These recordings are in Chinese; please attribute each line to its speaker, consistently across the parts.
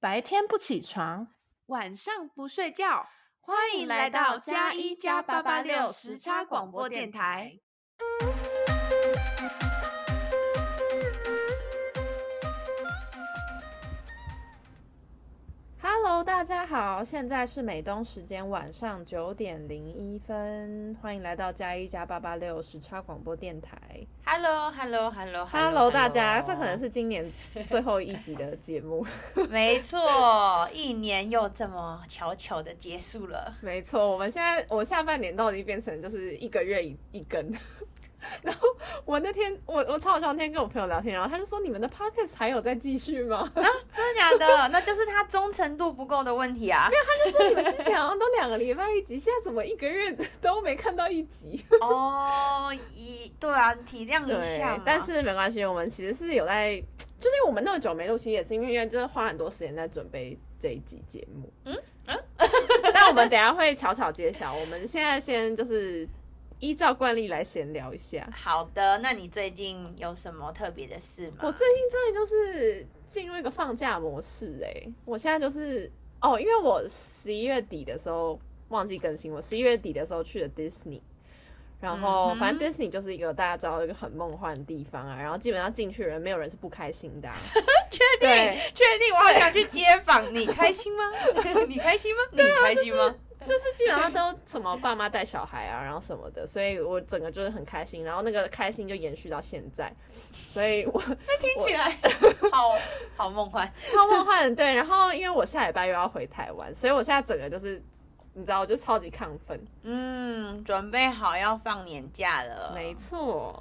Speaker 1: 白天不起床，
Speaker 2: 晚上不睡觉。欢迎来到加一加八八六时差广播电台。
Speaker 3: Hello，大家好，现在是美东时间晚上九点零一分，欢迎来到加一加八八六时差广播电台。
Speaker 2: h e l l o h e l l o h e l l o h e l l
Speaker 3: Hello，大家，这可能是今年最后一集的节目。
Speaker 2: 没错，一年又这么巧巧的结束了。
Speaker 3: 没错，我们现在我下半年到底变成就是一个月一一根。 然后我那天我我超好笑，那天跟我朋友聊天，然后他就说你们的 podcast 还有在继续吗？
Speaker 2: 真的假的？那就是他忠诚度不够的问题啊！
Speaker 3: 就是你们之前好像都两个礼拜一集，现在怎么一个月都没看到一集？
Speaker 2: 哦，一对啊，体谅一下嘛。
Speaker 3: 但是没关系，我们其实是有在，就是因为我们那么久没录，其实也是因为真的花很多时间在准备这一集节目。嗯嗯， 但我们等一下会悄悄揭晓。我们现在先就是依照惯例来闲聊一下。
Speaker 2: 好的，那你最近有什么特别的事吗？
Speaker 3: 我最近真的就是进入一个放假模式哎、我现在就是哦，因为我十一月底的时候忘记更新，我十一月底的时候去了 Disney，然后
Speaker 2: 嗯哼
Speaker 3: 反正 Disney 就是一个大家知道一个很梦幻的地方啊，然后基本上进去的人没有人是不开心 的啊、
Speaker 2: 确定
Speaker 3: 对
Speaker 2: 确定，我好想去街访，你开心吗？ 啊你开心吗？你开心吗？
Speaker 3: 就是基本上都什么爸妈带小孩啊，然后什么的，所以我整个就是很开心，然后那个开心就延续到现在，所以我
Speaker 2: 听起来好好梦幻。
Speaker 3: 超梦幻的，对。然后因为我下礼拜又要回台湾，所以我现在整个就是，你知道，我就超级亢奋。
Speaker 2: 嗯，准备好要放年假了。
Speaker 3: 没错，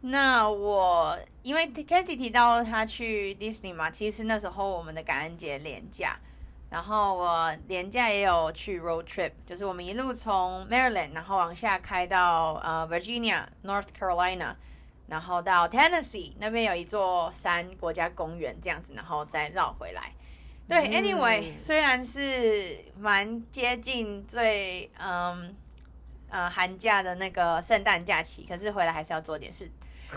Speaker 2: 那我因为 k a t y 提到他去 Disney 嘛，其实那时候我们的感恩节连假，然后我连假也有去 road trip，就是我们一路从 Maryland，然后往下开到呃 Virginia、North Carolina，然后到 Tennessee 那边有一座山国家公园这样子，然后再绕回来。对
Speaker 3: 嗯
Speaker 2: ，anyway，、虽然是蛮接近最嗯呃寒假的那个圣诞假期，可是回来还是要做点事。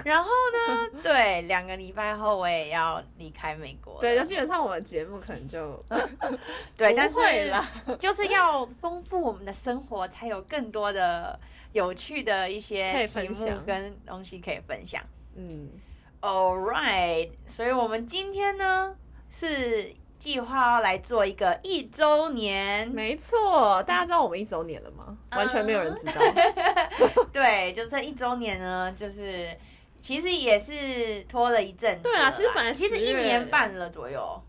Speaker 2: 然后 呢，对，两个礼拜后我也要离开美国了。
Speaker 3: 对，就基本上我们节目可能就
Speaker 2: 对，
Speaker 3: 不
Speaker 2: 但
Speaker 3: 会
Speaker 2: 是
Speaker 3: 啦
Speaker 2: 就是要丰富我们的生活，才有更多的有趣的一
Speaker 3: 可
Speaker 2: 些
Speaker 3: 以
Speaker 2: 题
Speaker 3: 分
Speaker 2: 目
Speaker 3: 享
Speaker 2: 跟东西可以分享。
Speaker 3: 嗯，
Speaker 2: All right，所以我们今天呢是计划要来做一个一周年，
Speaker 3: 没错。大家知道我们一周年了吗？完全没有人知道。
Speaker 2: 对，就这一周年呢，就是其实也是拖了一阵子
Speaker 3: 对
Speaker 2: 了
Speaker 3: 啊
Speaker 2: 啦，
Speaker 3: 其实本来
Speaker 2: 其实
Speaker 3: 10
Speaker 2: 一
Speaker 3: 月
Speaker 2: 年半了左右，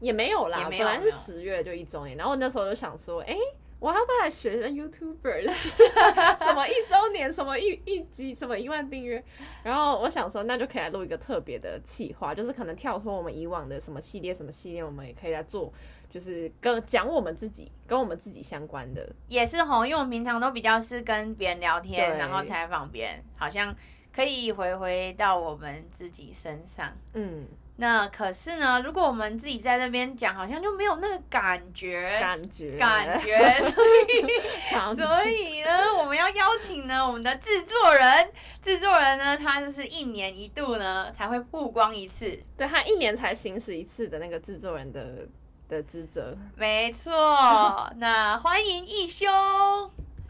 Speaker 3: 也没有啦
Speaker 2: 也，没有
Speaker 3: 本来是
Speaker 2: 没有
Speaker 3: 十月就一周年，然后那时候就想说，哎、我要不要来学人 YouTuber？什 么一周年，什么一一集，什么一万订阅？然后我想说，那就可以来录一个特别的企划，就是可能跳脱我们以往的什么系列、什么系列，我们也可以来做，就是跟讲我们自己跟我们自己相关的。
Speaker 2: 也是吼，因为我们平常都比较是跟别人聊天，
Speaker 3: 对
Speaker 2: 然后采访别人，好像可以回回到我们自己身上。
Speaker 3: 嗯，
Speaker 2: 那可是呢，如果我们自己在那边讲，好像就没有那个感觉，
Speaker 3: 感觉
Speaker 2: 哎感 觉。
Speaker 3: 感觉
Speaker 2: 所以呢，我们要邀请呢我们的制作人，制作人呢，他就是一年一度呢才会曝光一次，
Speaker 3: 对他一年才行使一次的那个制作人的的职责。
Speaker 2: 没错。那欢迎一休，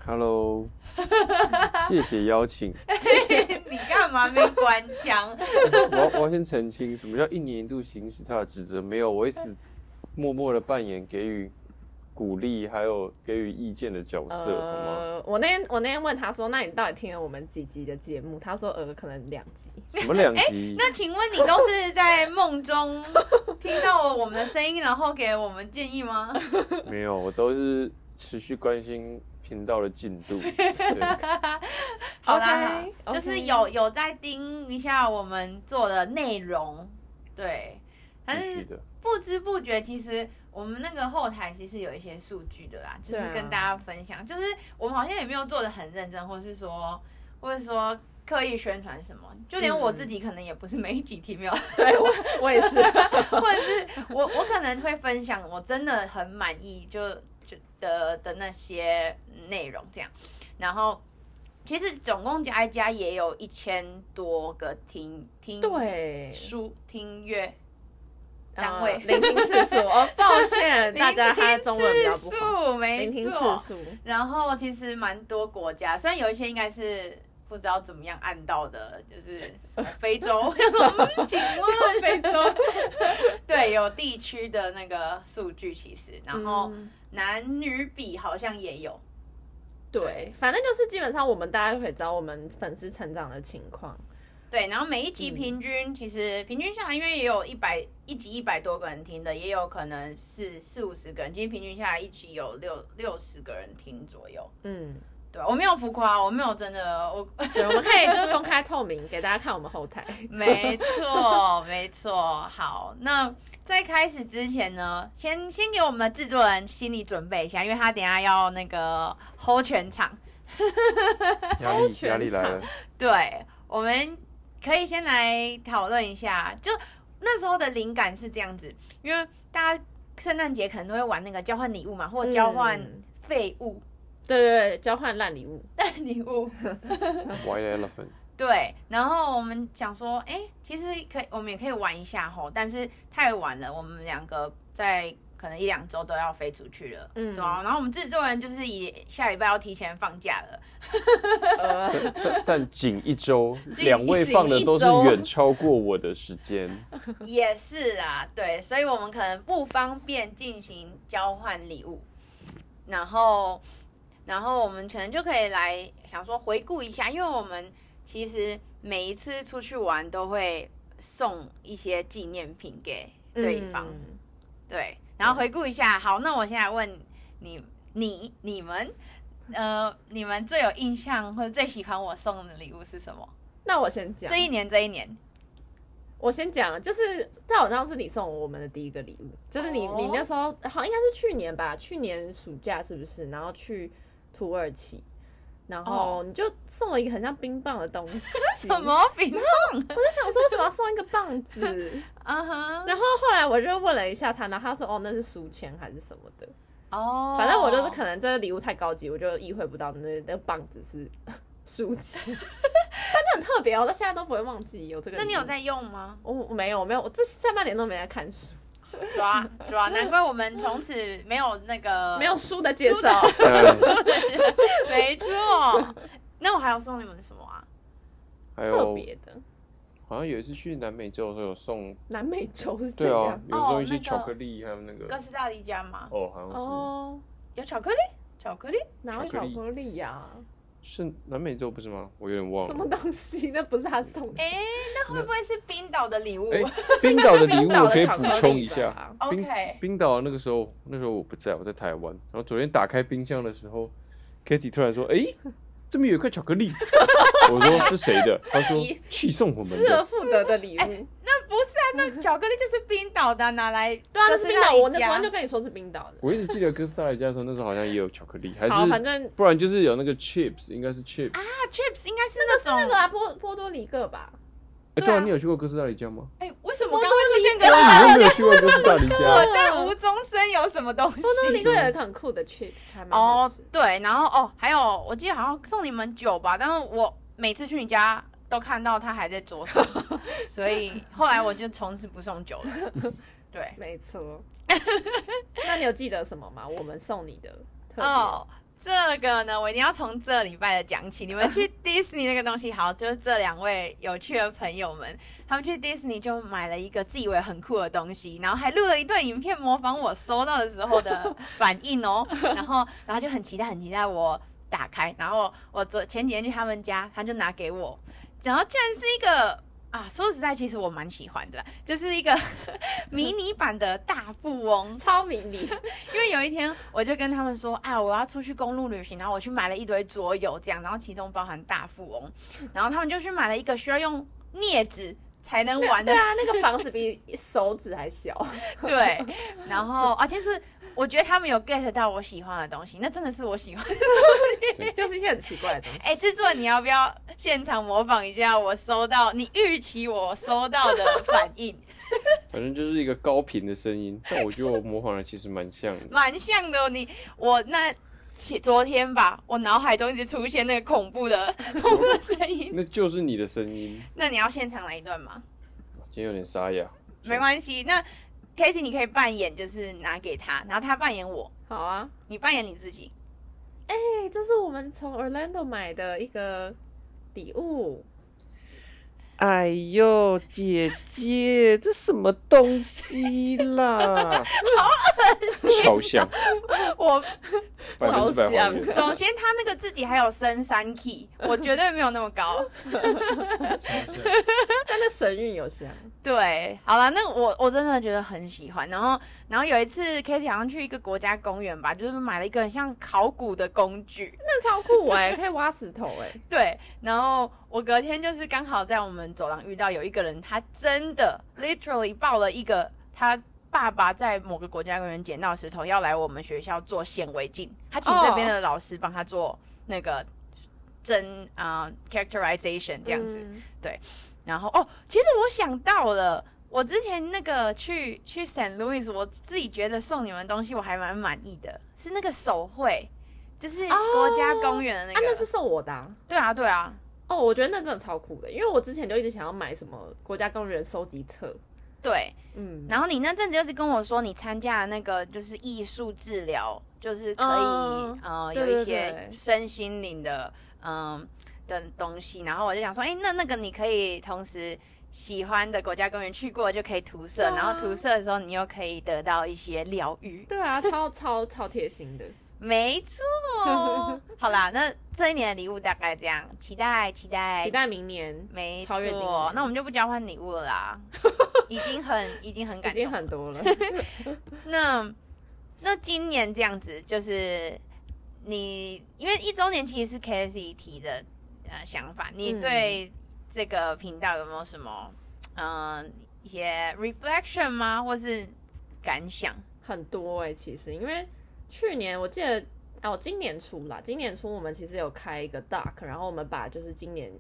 Speaker 4: Hello，谢谢邀请。
Speaker 2: 你干嘛没关枪？
Speaker 4: 我要我要先澄清，什么叫一年一度行使他的职责？没有，我一直默默的扮演给予鼓励还有给予意见的角色，好吗？
Speaker 3: 呃，我那天我那天问他说，那你到底听了我们几集的节目？他说，呃，可能两集。
Speaker 4: 什么两集？
Speaker 2: 那请问你都是在梦中听到我们的声音，然后给我们建 议吗？
Speaker 4: 没有，我都是持续关心频道的进度。对
Speaker 2: 好啦
Speaker 3: OK，
Speaker 2: 好就是
Speaker 3: OK
Speaker 2: 有有在盯一下我们做的内容，对，但
Speaker 4: 必
Speaker 2: 是
Speaker 4: 须的。
Speaker 2: 不知不觉，其实我们那个后台其实有一些数据的啦，就是
Speaker 3: 对啊
Speaker 2: 跟大家分享，就是我们好像也没有做的很认真，或是说，或是说刻意宣传什么，就连我自
Speaker 3: 嗯
Speaker 2: 己可能也不是每一集 听没有，
Speaker 3: 对我我也是，
Speaker 2: 或者是我我可能会分享我真的很满意就就的的那些内容这样，然后。其实总共加一加也有一千多个听听
Speaker 3: 对，
Speaker 2: 书听乐，单位
Speaker 3: 呃聆听次数。 哦，抱歉，大家他中文比较不好。
Speaker 2: 好，没
Speaker 3: 聆听次
Speaker 2: 错。
Speaker 3: 数，
Speaker 2: 然后其实蛮多国家，虽然有一些应该是不知道怎么样按到的， 就是什么非洲，嗯请问
Speaker 3: 非洲。
Speaker 2: 对有地区的那个数据其实，然后
Speaker 3: 嗯
Speaker 2: 男女比好像也有，
Speaker 3: 对，反正就是基本上我们大家就可以知道我们粉丝成长的情况。
Speaker 2: 对，然后每一集平均、其实平均下来，因为也有一百一集一百多个人听的，也有可能是四五十个人，其实平均下来一集有六六十个人听左右。
Speaker 3: 嗯，
Speaker 2: 对，我没有浮夸，我没有真的，我
Speaker 3: 对，我们可以就是公开透明给大家看我们后台。
Speaker 2: 没错，没错。好，那在开始之前呢，先先给我们的制作人心理准备一下，因为他等一下要那个 hold 全场。
Speaker 4: 压力
Speaker 3: 全
Speaker 4: 压力来了，
Speaker 2: 对，我们可以先来讨论一下，就那时候的灵感是这样子，因为大家圣诞节可能都会玩那个交换礼物嘛，或哦交换
Speaker 3: 嗯
Speaker 2: 废物、
Speaker 3: 对对对，交换烂礼物。
Speaker 2: 礼物。
Speaker 4: ，White Elephant，
Speaker 2: 对，然后我们想说，哎、其实可以，我们也可以玩一下吼，但是太晚了，我们两个在可能一两周都要飞出去了，
Speaker 3: 嗯
Speaker 2: 对啊。然后我们制作人就是以下礼拜要提前放假 了，
Speaker 3: 呃，
Speaker 4: 但但仅一周，
Speaker 2: 仅
Speaker 4: 两位
Speaker 3: 仅
Speaker 4: 放的
Speaker 3: 一
Speaker 4: 都是
Speaker 3: 周
Speaker 4: 远超过我的时间，
Speaker 2: 也是啦，对，所以我们可能不方便进行交换礼物，然后，然后我们可能就可以来想说回顾一下，因为我们其实每一次出去玩都会送一些纪念品给对方。
Speaker 3: 嗯
Speaker 2: 对，然后回顾一下，好，那我现在问你，你你们，呃，你们最有印象或者最喜欢我送的礼物是什么？
Speaker 3: 那我先讲
Speaker 2: 这，一年，这一年，
Speaker 3: 我先讲，就是但好像是你送我们的第一个礼物，就是你、
Speaker 2: 哦
Speaker 3: 你那时候好像应该是去年吧，去年暑假是不是？然后去土耳其，然
Speaker 2: 哦
Speaker 3: 后你就送了一个很像冰棒的东 西，
Speaker 2: 什？么饼？
Speaker 3: 我就想说为什么要送一个棒子？
Speaker 2: 嗯哼，
Speaker 3: 然后后来我就问了一下他，然后他说哦那是书签还是什么的，
Speaker 2: 哦，
Speaker 3: 反正我就是可能这个礼物太高级，我就意会不到那那个棒子是 书 签，但就很特别哦，我到现在都不会忘记有这个。
Speaker 2: 那你有？在用吗？
Speaker 3: 我我没有，我没有，我这下半年都没在看书。
Speaker 2: 抓抓，难怪我们从此没有那 个
Speaker 3: 没有，书的介绍，
Speaker 4: 嗯
Speaker 2: 没错。那我还要送你们什么啊？
Speaker 4: 还
Speaker 3: 特
Speaker 4: 有
Speaker 3: 别的
Speaker 4: 好像有一次去南美洲的时候有送，
Speaker 3: 南美洲是
Speaker 4: 对
Speaker 3: 这
Speaker 4: 啊
Speaker 3: 样，
Speaker 4: 有送一
Speaker 2: 哦那
Speaker 4: 些
Speaker 2: 个
Speaker 4: 巧克力，还有那个
Speaker 2: 哥斯达黎加吗？
Speaker 4: 哦，好像
Speaker 3: 哦，
Speaker 2: 有巧克力，巧克力
Speaker 3: 哪有巧克力呀？
Speaker 4: 是是南美洲不是吗？我有点忘
Speaker 3: 什么
Speaker 4: 了。
Speaker 3: 东西？那不是他送的，
Speaker 2: 会不会是冰岛的礼物
Speaker 4: 哎， 冰岛的礼
Speaker 3: 啊冰
Speaker 4: 物
Speaker 3: 岛
Speaker 4: 我可
Speaker 3: 的
Speaker 4: 以
Speaker 3: 巧
Speaker 4: 补
Speaker 3: 克力
Speaker 4: 充一
Speaker 3: 吧
Speaker 4: 下，冰
Speaker 2: ？OK，
Speaker 4: 冰岛那个时候，那时候我不在，我在台湾。然后昨天打开冰箱的时候，Kitty 突然说：“哎、这边有一块巧克力。” 我说：“是谁的？”他说
Speaker 3: 咦：“
Speaker 4: 气送我们
Speaker 3: 失而
Speaker 4: 的。
Speaker 3: 复得的礼物。
Speaker 2: 那不是啊，那巧克力就是冰岛的啊，拿来
Speaker 3: 对啊，
Speaker 2: 哥
Speaker 3: 那是
Speaker 2: 斯
Speaker 3: 冰
Speaker 2: 达
Speaker 3: 岛，
Speaker 2: 黎
Speaker 3: 我那
Speaker 2: 加
Speaker 3: 昨天就跟你说是冰岛”的。
Speaker 4: 我一直记得哥斯达黎加的时候，那时候好像也有巧克力，还
Speaker 3: 好，反
Speaker 4: 是
Speaker 3: 正
Speaker 4: 不然就是有那个 chips，应该是 chips。哎、
Speaker 2: 啊，chips 应该是那种
Speaker 3: 那个啊，波波多黎各吧，
Speaker 2: 对
Speaker 4: 对
Speaker 2: 啊
Speaker 4: 啊，你有去过哥斯达黎加吗？
Speaker 2: 哎、为什么
Speaker 3: 我
Speaker 2: 刚
Speaker 3: 都
Speaker 2: 刚会出现跟
Speaker 3: 啊
Speaker 4: 你又没有去过哥斯达黎
Speaker 2: 我
Speaker 4: 加，
Speaker 2: 在无中生有什么东西？
Speaker 3: 波多啊黎各有一个很酷的 chips，还蛮好
Speaker 2: 哦
Speaker 3: 吃。，
Speaker 2: 对，然后哦，还有我记得好像送你们酒吧，但是我每次去你家都看到他还在桌 上，所以后来我就从此不送酒了。对，
Speaker 3: 没 错。那你有记得什么吗？我们送你的特别
Speaker 2: 哦，这个呢，我一定要从这礼拜的讲起。你们 去迪士尼那个东西，好，就是这两位有趣的朋友们，他们去迪士尼就买了一个自以为很酷的东西，然后还录了一段影片模仿我收到的时候的反应哦，然后然后就很期待，很期待我打开，然后我昨前几天去他们家，他就拿给我，然后居然是一个。啊，说实在，其实我蛮喜欢的啦，就是一个 迷你版的大富翁，
Speaker 3: 超迷 你，
Speaker 2: 因为有一天我就跟他们说，哎，我要出去公路旅行，然后我去买了一堆桌游这样，然后其中包含大富翁，然后他们就去买了一个需要用镊子才能玩 的
Speaker 3: 对，啊，那个房子比手指还小。
Speaker 2: 对，然后啊，其实我觉得他们有 get 到我喜欢的东西，那真的是我喜欢。
Speaker 3: 就是一些很奇怪的东西。
Speaker 2: 哎，制作人你要不要现场模仿一下我收到你预期我收到的反应？
Speaker 4: 反正就是一个高频的声音，但我觉得我模仿的其实蛮像 的。
Speaker 2: 蛮像的哦、你我那。前昨天吧，我脑海中一直出现那个恐怖的 恐怖的声音。
Speaker 4: 那就是你的声音，
Speaker 2: 那你要现场来一段吗？
Speaker 4: 今天有点沙哑。
Speaker 2: 没关系。那 Katy，你可以扮演就是拿给他，然后他扮演我，
Speaker 3: 好啊，
Speaker 2: 你扮演你自己。
Speaker 3: 哎、这是我们从 Orlando 买的一个礼物，
Speaker 4: 哎呦，姐姐，这什么东西啦？超像，
Speaker 2: 我
Speaker 4: 百分之百还
Speaker 3: 超
Speaker 4: 原，
Speaker 3: 像
Speaker 2: 首先他那个自己还有升三 key，我绝对没有那么高。
Speaker 3: 但那神韵有像，
Speaker 2: 对，好了，那我我真的觉得很喜欢。然后，然后有一次 k a t i e 好像去一个国家公园吧，就是买了一个很像考古的工具。
Speaker 3: 那超酷哎、 可以挖石头哎、
Speaker 2: 对，然后我隔天就是刚好在我们走廊遇到有一个人，他真的 literally 抱了一个他爸爸在某个国家公园捡到的石头，要来我们学校做显微镜。他请这边
Speaker 3: 哦
Speaker 2: 的老师帮他做那个真啊、呃 characterization 这样子。
Speaker 3: 嗯
Speaker 2: 然后哦，其实我想到了，我之前那个去去 San Louis，我自己觉得送你们东西我还蛮满意的，是那个手绘，就是
Speaker 3: 哦
Speaker 2: 国家公园的那
Speaker 3: 啊，
Speaker 2: 个。
Speaker 3: 那是送我的、啊。
Speaker 2: 对啊，对啊，
Speaker 3: 哦，我觉得那真的超酷的，因为我之前就一直想要买什么国家公园收集册，
Speaker 2: 对。
Speaker 3: 嗯，
Speaker 2: 然后你那阵子就是跟我说，你参加了那个就是艺术治疗，就是可以、
Speaker 3: 嗯
Speaker 2: 呃
Speaker 3: 对
Speaker 2: 有一
Speaker 3: 对
Speaker 2: 些
Speaker 3: 对
Speaker 2: 身心灵的嗯、的东西，然后我就想说，哎，那那个你可以同时喜欢的国家公园去过就可以涂色，
Speaker 3: 对啊
Speaker 2: 然后涂色的时候你又可以得到一些疗愈。
Speaker 3: 对啊，超超超贴 心的。
Speaker 2: 没 错，好啦，那这一年的礼物大概这样，期待期待
Speaker 3: 期，待明年，
Speaker 2: 哎没错
Speaker 3: 超越今年，
Speaker 2: 那我们就不交换礼物了 啦，已经很已经很
Speaker 3: 已
Speaker 2: 感
Speaker 3: 经
Speaker 2: 动。
Speaker 3: 很多了。
Speaker 2: 那那今年这样子，就是你因为一周年其实是 k a t h y 提的呃想法，你
Speaker 3: 嗯
Speaker 2: 对这个频道有没有什么嗯、呃一些 reflection 吗，或是感想？
Speaker 3: 很多哎、其实因为去年我记得哦，今年初啦，今年初我们其实有开一个 doc，然后我们把就是今年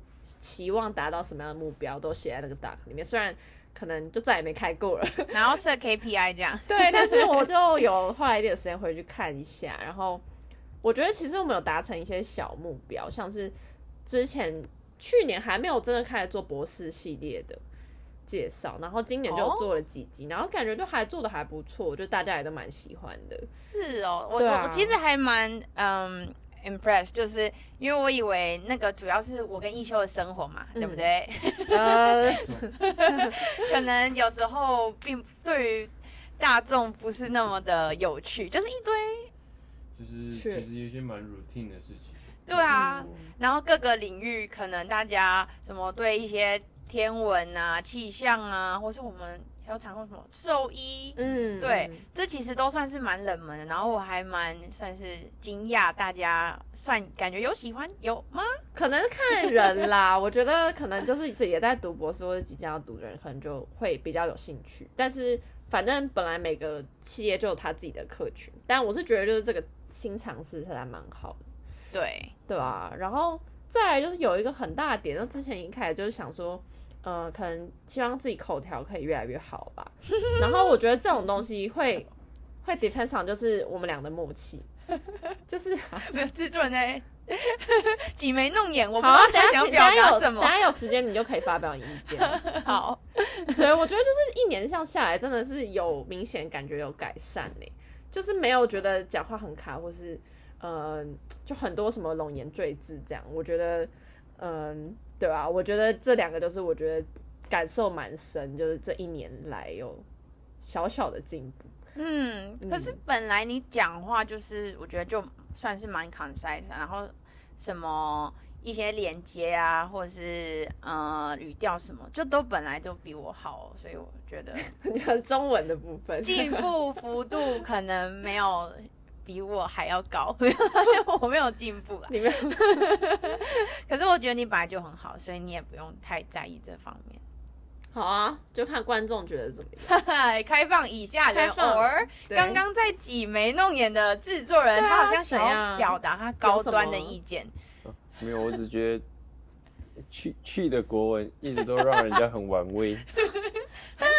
Speaker 3: 期望达到什么样的目标都写在那个 doc 里面，虽然可能就再也没开过了，
Speaker 2: 然后设 KPI 这样，
Speaker 3: 对，但是我就有后来一点时间回去看一下，然后我觉得其实我们有达成一些小目标，像是之前去年还没有真的开始做博士系列的介绍，然后今年就有
Speaker 2: 哦
Speaker 3: 做了几集，然后感觉都还做的还不错，就大家也都蛮喜欢的。
Speaker 2: 是哦，我、
Speaker 3: 对啊
Speaker 2: 我我其实还蛮嗯 impressed，就是因为我以为那个主要是我跟一休的生活嘛，
Speaker 3: 嗯
Speaker 2: 对不对？
Speaker 3: 呃，
Speaker 2: 可能有时候并对于大众不是那么的有趣，就是一堆，
Speaker 1: 就是其
Speaker 3: 是
Speaker 1: 实有一些蛮 routine 的事情。
Speaker 2: 对啊
Speaker 1: 嗯
Speaker 2: 然后各个领域可能大家什么对一些天文啊、气象啊，或是我们还有常用什么兽医。
Speaker 3: 嗯，
Speaker 2: 对，这其实都算是蛮冷门的，然后我还蛮算是惊讶，大家算感觉有喜欢有吗？
Speaker 3: 可能看人啦。我觉得可能就是自己也在读博士或者即将要读的人，可能就会比较有兴趣。但是反正本来每个企业就有他自己的客群，但我是觉得就是这个新尝试是还蛮好的，
Speaker 2: 对，
Speaker 3: 对啊，然后再来就是有一个很大的点，就之前一开始就是想说。呃，可能希望自己口条可以越来越好 吧。然后我觉得这种东西会会 depends on 就是我们俩的默契，就是
Speaker 2: 没有制作人在 挤眉弄眼，我不
Speaker 3: 好
Speaker 2: 知
Speaker 3: 啊
Speaker 2: 道，
Speaker 3: 等一下等一
Speaker 2: 他想
Speaker 3: 下
Speaker 2: 表达
Speaker 3: 有
Speaker 2: 什
Speaker 3: 等一
Speaker 2: 么。
Speaker 3: 下有时间你就可以发表你意见。
Speaker 2: 好，
Speaker 3: 对，我觉得就是一年像下来，真的是有明显感觉有改善呢、就是没有觉得讲话很卡，或是呃，就很多什么冗言赘字这样。我觉得，嗯、对吧、我觉得这两个就是我觉得感受蛮深，就是这一年来有小小的进步。
Speaker 2: 嗯，可是本来你讲话就是，我觉得就算是蛮 concise，的然后什么一些连接啊，或者是呃语调什么，就都本来就比我好，所以我觉 得
Speaker 3: 就是中文的部分，
Speaker 2: 进步幅度可能没有比我还要高， 我没有进步啦。
Speaker 3: 你们
Speaker 2: 可是我觉得你本来就很好，所以你也不用太在意这方面。
Speaker 3: 好啊，就看观众觉得怎么样。
Speaker 2: 开放以下人
Speaker 3: 开放
Speaker 2: 偶尔
Speaker 3: 对
Speaker 2: 刚刚在挤眉弄眼的制作人，
Speaker 3: 对啊
Speaker 2: 他好像想
Speaker 3: 谁
Speaker 2: 要
Speaker 3: 啊
Speaker 2: 表达他高端的意见。
Speaker 4: 没有，我只觉得去去的国文一直都让人家很玩味，
Speaker 2: 但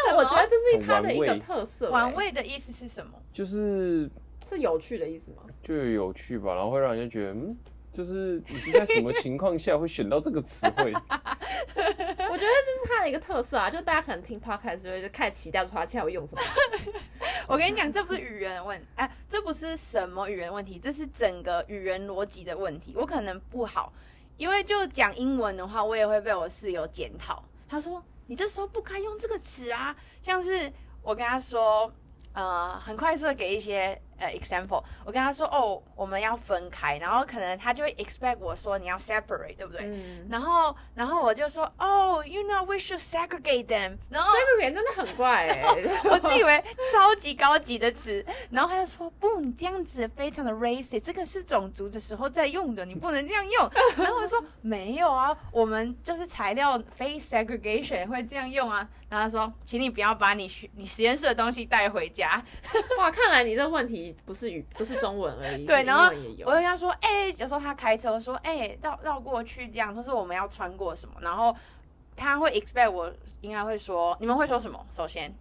Speaker 3: 但我觉得这是他的一个
Speaker 4: 很玩味
Speaker 3: 特色、欸，
Speaker 2: 啊玩味的意思是什么？
Speaker 4: 就是
Speaker 3: 是有趣的意思吗？
Speaker 4: 就有趣吧，然后会让人家觉得，嗯，就是你是在什么情况下会选到这个词 汇？
Speaker 3: 我觉得这是它的一个特色啊，就大家可能听 podcast 就会就开始期待说它啊下会用什么词。
Speaker 2: 我跟你 讲，这不是语言问，哎、这不是什么语言问题，这是整个语言逻辑的问题。我可能不好，因为就讲英文的话，我也会被我室友检讨。他说：“你这时候不该用这个词啊。”像是我跟他说，呃，很快速的给一些呃 example，我跟他说：“哦，我们要分开。”然后可能他就会 expect 我说：“你要 separate，对不对？”
Speaker 3: 嗯，
Speaker 2: 然后，然后我就说：“哦、y o u know we should segregate them。”然后
Speaker 3: 这个人真的很怪哎、
Speaker 2: 我自以为超级高级的词，然后他就说不，你这样子非常的 racist，这个是种族的时候在用的，你不能这样用。然后我说没有啊，我们就是材料非 segregation 会这样用啊。然后他说，请你不要把你学你实验室的东西带回家。
Speaker 3: 哇，看来你这问题不是语不是中文而已，
Speaker 2: 对
Speaker 3: 是
Speaker 2: 然后
Speaker 3: 英文也有
Speaker 2: 我就。跟他说，哎、有时候他开车说，哎、绕绕过去这样，就是我们要穿过什么，然后他会 expect 我应该会说，你们会说什么？首先。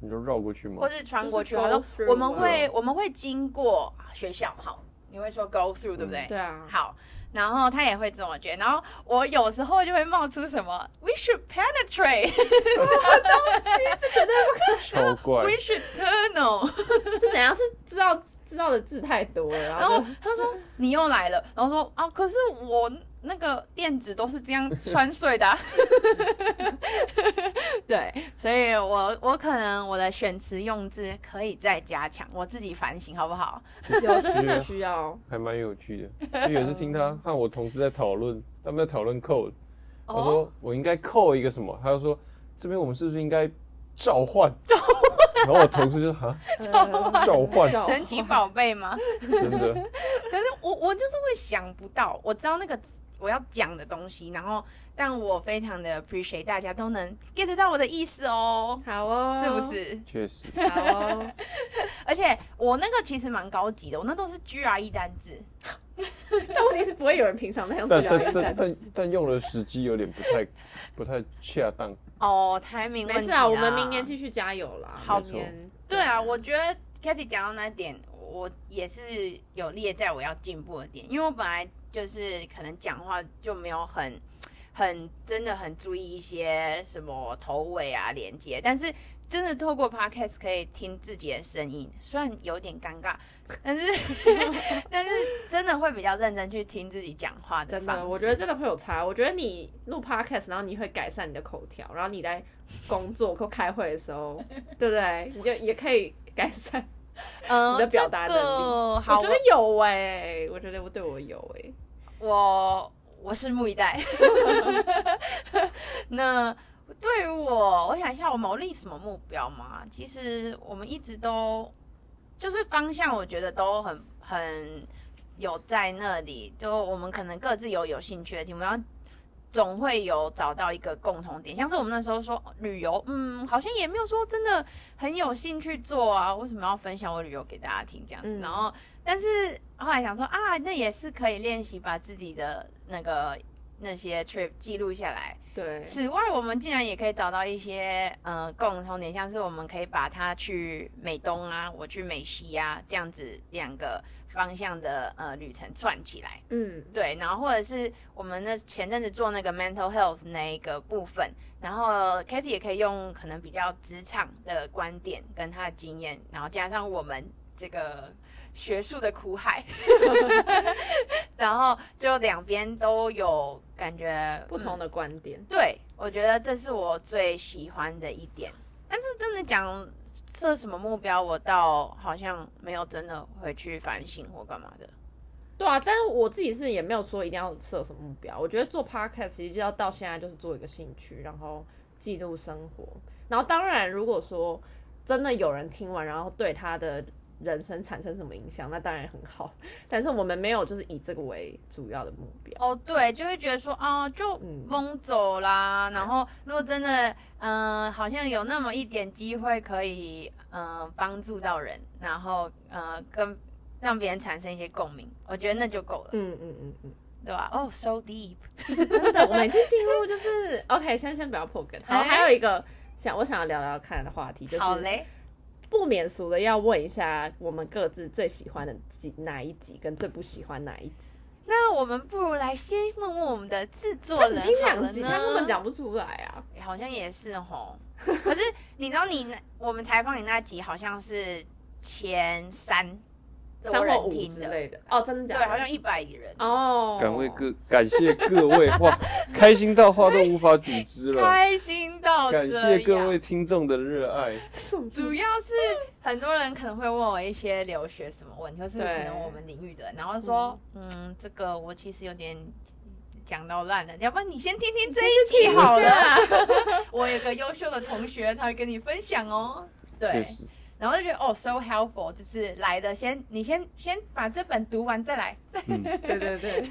Speaker 4: 你就绕过去嘛
Speaker 2: 或。是穿过去，
Speaker 3: 就是
Speaker 2: 好
Speaker 3: go
Speaker 2: 像
Speaker 3: through
Speaker 2: 我们会
Speaker 4: 啊
Speaker 2: 我们会经过学校，好，你
Speaker 3: 嗯
Speaker 2: 会说 go through 对不对？
Speaker 3: 对啊，
Speaker 2: 好，然后他也会这么觉得，然后我有时候就会冒出什么 we should penetrate，we
Speaker 4: 超 怪，
Speaker 2: should tunnel，
Speaker 3: 这怎样是知道知道的字太多了，然
Speaker 2: 然后
Speaker 3: 后就
Speaker 2: 他说你又来了，然后说啊，可是我那个垫子都是这样穿碎的、啊， 对，所以我我可能我的选词用字可以再加强，我自己反省好不好？
Speaker 3: 有这真的需要。
Speaker 4: 还蛮有趣的。就有一次听他和我同事在讨论，他们在讨论 code，他
Speaker 2: 哦，
Speaker 4: 说我应该扣一个什么，他就说这边我们是不是应该召唤？召唤。然后我同事就哈，
Speaker 3: 呃
Speaker 4: 召唤
Speaker 3: 召
Speaker 2: 神奇宝贝吗？
Speaker 4: 真的，
Speaker 2: 但是我我就是会想不到，我知道那个我要讲的东西，然后但我非常的 appreciate 大家都能 get 得到我的意思哦，
Speaker 3: 好哦，
Speaker 2: 是不？是？
Speaker 4: 确实
Speaker 3: 好哦，
Speaker 2: 而且我那个其实蛮高级的，我那都是 GRE 单字，
Speaker 3: 但问题是不会有人平常在用治
Speaker 4: 但
Speaker 3: 疗
Speaker 4: 但但
Speaker 3: 单
Speaker 4: 但
Speaker 3: 词。
Speaker 4: 但用的时机有点不太不太恰当。
Speaker 2: 哦，timing 问
Speaker 3: 没
Speaker 2: 题
Speaker 3: 事啊，我们明年继续加油啦。
Speaker 2: 好
Speaker 3: 明年
Speaker 2: 对啊，我觉得 Katy 讲到那点，我也是有列在我要进步的点，因为我本来就是可能讲话就没有很、很真的很注意一些什么头尾啊连接，但是真的透过 podcast 可以听自己的声音，虽然有点尴尬，但是 但是真的会比较认真去听自己讲话的
Speaker 3: 真
Speaker 2: 方
Speaker 3: 的，
Speaker 2: 式。
Speaker 3: 我觉得真的会有差。我觉得你录 podcast，然后你会改善你的口条，然后你在工作或开会的时 候，对不对？你就也可以改善。
Speaker 2: 嗯，
Speaker 3: 你的表达能力
Speaker 2: 这个
Speaker 3: 我
Speaker 2: 好，
Speaker 3: 觉得有哎、我觉得我对我有哎、
Speaker 2: 我我拭目以待。 那对于我，我想一下，我谋立什么目标嘛？其实我们一直都就是方向，我觉得都很很有在那里。就我们可能各自有有兴趣的题目，然后总会有找到一个共同点。像是我们那时候说旅游，嗯，好像也没有说真的很有兴趣做啊，为什么要分享我旅游给大家听这样子？
Speaker 3: 嗯
Speaker 2: 然后，但是后来想说啊，那也是可以练习把自己的那个那些 trip 记录下来。
Speaker 3: 对，
Speaker 2: 此外，我们竟然也可以找到一些呃共同点，像是我们可以把它去美东啊，我去美西啊，这样子两个方向的呃旅程串起来。
Speaker 3: 嗯，
Speaker 2: 对，然后或者是我们那前阵子做那个 mental health 那一个部分，然后 Katy 也可以用可能比较职场的观点跟她的经验，然后加上我们这个学术的苦海，然后就两边都有感觉
Speaker 3: 不同的观点。
Speaker 2: 对，我觉得这是我最喜欢的一点。但是真的讲设什么目标，我倒好像没有真的回去反省或干嘛的。
Speaker 3: 对啊，但是我自己是也没有说一定要设什么目标。我觉得做 podcast 其实就要到现在就是做一个兴趣，然后记录生活。然后当然，如果说真的有人听完，然后对他的人生产生什么影响，那当然很好。但是我们没有就是以这个为主要的目标。
Speaker 2: 哦，对，就会觉得说，哦，就
Speaker 3: 嗯
Speaker 2: 蒙走啦。然后如果真的，嗯、好像有那么一点机会可以，嗯、帮助到人，然后，呃，跟让别人产生一些共鸣，我觉得那就够了，
Speaker 3: 嗯嗯嗯嗯，
Speaker 2: 对吧？哦、s o deep，
Speaker 3: 真的，我们已经进入就是 OK，先先不要破梗。好，
Speaker 2: 哎
Speaker 3: 还有一个想我想要聊聊看的话题，就是
Speaker 2: 好嘞，
Speaker 3: 不免俗的要问一下我们各自最喜欢的几哪一集，跟最不喜欢哪一集。
Speaker 2: 那那我们不如来先问问我们的制作
Speaker 3: 他
Speaker 2: 人
Speaker 3: 只
Speaker 2: 好
Speaker 3: 听
Speaker 2: 了
Speaker 3: 两集，他根本
Speaker 2: 呢
Speaker 3: 讲不出来啊。
Speaker 2: 欸好像也是吼。可是你知道你那我们采访你那集好像是前三
Speaker 3: 三
Speaker 2: 多
Speaker 3: 或
Speaker 2: 人
Speaker 3: 五
Speaker 2: 听
Speaker 3: 之，类的哦，真的假
Speaker 2: 对，
Speaker 3: 的？
Speaker 2: 好像一百人。
Speaker 3: 哦，
Speaker 4: 感为各感谢各位，哇，开心到话都无法组 织了。
Speaker 2: 开心到
Speaker 4: 感
Speaker 2: 这
Speaker 4: 谢各位
Speaker 2: 样。
Speaker 4: 听众的热爱，
Speaker 3: 什么
Speaker 2: 主要是很多人可能会问我一些留学什么问题，或是可
Speaker 3: 对
Speaker 2: 能我们领域的，然后说，嗯，这个我其实有点讲到烂了，要不然你先听听这一集好了。
Speaker 3: 啊？
Speaker 2: 我有个优秀的同学，他会跟你分享哦。
Speaker 4: 确
Speaker 2: 对，
Speaker 4: 实，
Speaker 2: 然后就觉得哦，so helpful，就是来的先，你先先把这本读完再来。
Speaker 4: 嗯，
Speaker 3: 对对对，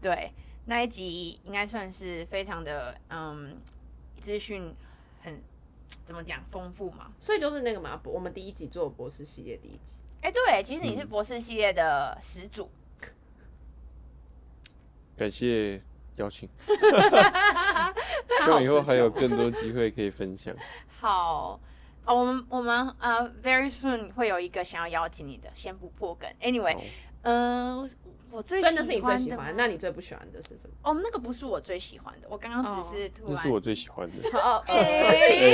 Speaker 2: 对，那一集应该算是非常的嗯，资讯很怎么讲丰富嘛。
Speaker 3: 所以就是那个嘛，我们第一集做博士系列第一集，
Speaker 2: 哎，对，其实你是
Speaker 4: 嗯
Speaker 2: 博士系列的始祖，
Speaker 4: 感谢邀请， 希望以后还有更多机会可以 分享。
Speaker 2: 好。哦，我们我们呃、v e r y soon 会有一个想要邀请你的，先不破梗。Anyway，
Speaker 4: 好
Speaker 2: 嗯、我我最
Speaker 3: 真的是你最喜
Speaker 2: 喜
Speaker 3: 欢，
Speaker 2: 欢
Speaker 3: 那
Speaker 2: 的吗
Speaker 3: 你最不喜欢的是什 么？
Speaker 2: 哦，那个不是我最喜欢的，我刚刚
Speaker 3: 哦
Speaker 2: 只是突然、
Speaker 4: 那是我最喜欢 的。
Speaker 3: 哦，
Speaker 2: 哎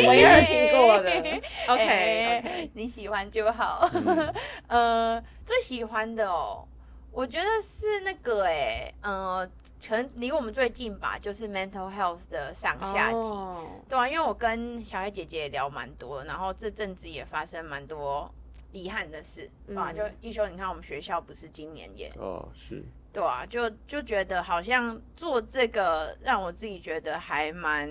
Speaker 3: 唯二听过的。
Speaker 2: 哎
Speaker 3: OK OK，
Speaker 2: 你喜欢就好。
Speaker 4: 嗯
Speaker 2: 呃，最喜欢的哦，我觉得是那个哎、呃，可能离我们最近吧，就是 mental health 的上哎下集。
Speaker 3: 哦
Speaker 2: 对啊，因为我跟小黑姐姐也聊蛮多，然后这阵子也发生蛮多遗憾的事，对啊，
Speaker 3: 嗯
Speaker 2: 就一休，你看我们学校不是今年也
Speaker 4: 哦，是，
Speaker 2: 对啊，就就觉得好像做这个让我自己觉得还蛮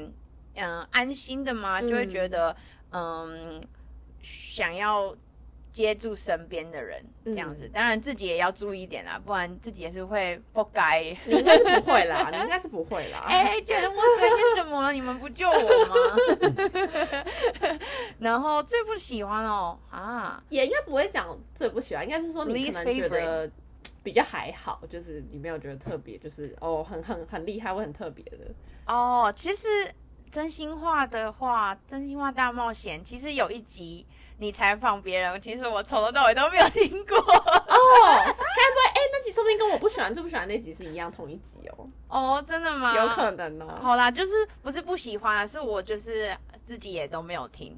Speaker 2: 嗯、安心的嘛，
Speaker 3: 嗯
Speaker 2: 就会觉得嗯想要接住身边的人这样子，当然自己也要注意一点啦，不然自己也是会不该。
Speaker 3: 你应该是不会啦， 你应该是不会啦。
Speaker 2: 哎、觉得我昨天怎么了？你们不救我吗？ 然后最不喜欢哦啊，
Speaker 3: 也应该不会讲最不喜欢，应该是说你
Speaker 2: Least
Speaker 3: 可能觉得比较还好，就是你没有觉得特别，就是哦，很很很厉害或很特别的。
Speaker 2: 哦，其实真心话的话，真心话大冒险，其实有一集你采访别人，其实我从头到尾都没有听过。
Speaker 3: 哦，该不会哎、那集说不定跟我不喜欢最不喜欢那集是一样同一集哦，
Speaker 2: 哦，真的吗？
Speaker 3: 有可。能哦。
Speaker 2: 好啦，就是不是不喜欢啊，是我就是自己也都没有听，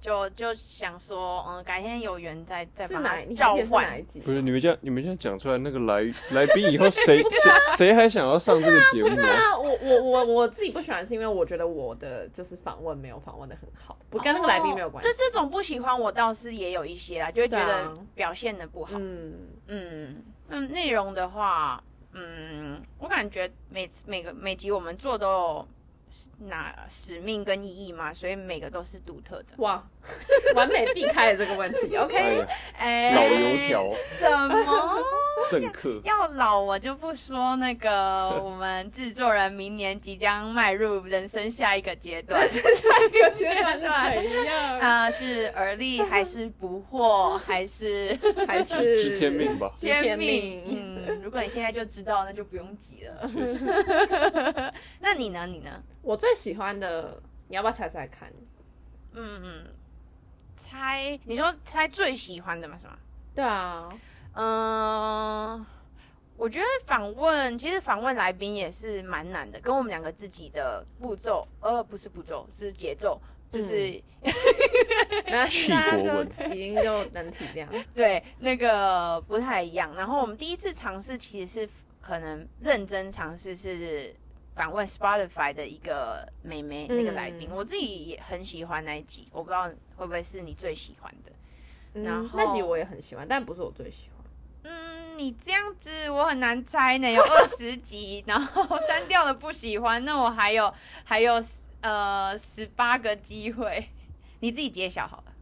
Speaker 2: 就就想说，嗯，改天有缘再再
Speaker 3: 是
Speaker 2: 把
Speaker 3: 哪？
Speaker 2: 它
Speaker 3: 你
Speaker 2: 召
Speaker 3: 还记得是哪
Speaker 2: 唤
Speaker 3: 一。集？
Speaker 4: 不是你们这样，你们这样讲出来那个 来来宾以后谁
Speaker 2: 啊
Speaker 4: 谁谁还想要上这个节目啊？
Speaker 3: 那我我我我自己不喜欢，是因为我觉得我的就是访问没有访问的很好，不跟那个来宾没有关系
Speaker 2: 哦。这这种不喜欢我倒是也有一些啦，就会觉
Speaker 3: 对
Speaker 2: 得
Speaker 3: 啊
Speaker 2: 表现的不好。
Speaker 3: 嗯，
Speaker 2: 嗯，那内容的话，嗯，我感觉每每个每集我们做都有那使命跟意义嘛，所以每个都是独特的。
Speaker 3: 哇， 完美避开了这个问题。
Speaker 4: 哎
Speaker 3: OK，
Speaker 4: 呀，
Speaker 2: 哎
Speaker 4: 老油条，
Speaker 2: 什么？
Speaker 4: 政客，
Speaker 2: 要老我就不说那个，我们制作人明年即将迈入人生下一个阶 段，
Speaker 3: 下一个阶段是怎样？
Speaker 2: 啊、是而立还是不惑还是？
Speaker 3: 还是
Speaker 4: 知天命吧。
Speaker 3: 知天
Speaker 2: 命
Speaker 3: 命。
Speaker 2: 嗯，如果你现在就知道，那就不用急了。
Speaker 4: 确实，
Speaker 2: 那你呢？你呢？
Speaker 3: 我最喜欢的，你要不要猜猜看？
Speaker 2: 嗯嗯，猜你说猜最喜欢的嘛？是吗？
Speaker 3: 对啊，
Speaker 2: 嗯、我觉得访问其实访问来宾也是蛮难的，跟我们两个自己的步骤，呃，不是步骤，是节奏，就是、
Speaker 3: 然 后
Speaker 4: 系
Speaker 3: 大家
Speaker 4: 国文
Speaker 3: 就已经就能体谅。
Speaker 2: 对那个不太一样。然后我们第一次尝试其实是可能认真尝试是。访问 Spotify 的一个妹妹，那个来宾，
Speaker 3: 嗯
Speaker 2: 我自己也很喜欢那一集，我不知道会不会是你最喜欢的。
Speaker 3: 嗯
Speaker 2: 然后
Speaker 3: 那集我也很喜欢，但不是我最喜欢。
Speaker 2: 嗯，你这样子我很难猜呢，有二十集， 然后删掉了不喜欢，那我还有还有呃十八个机会， 你自己揭晓好 了。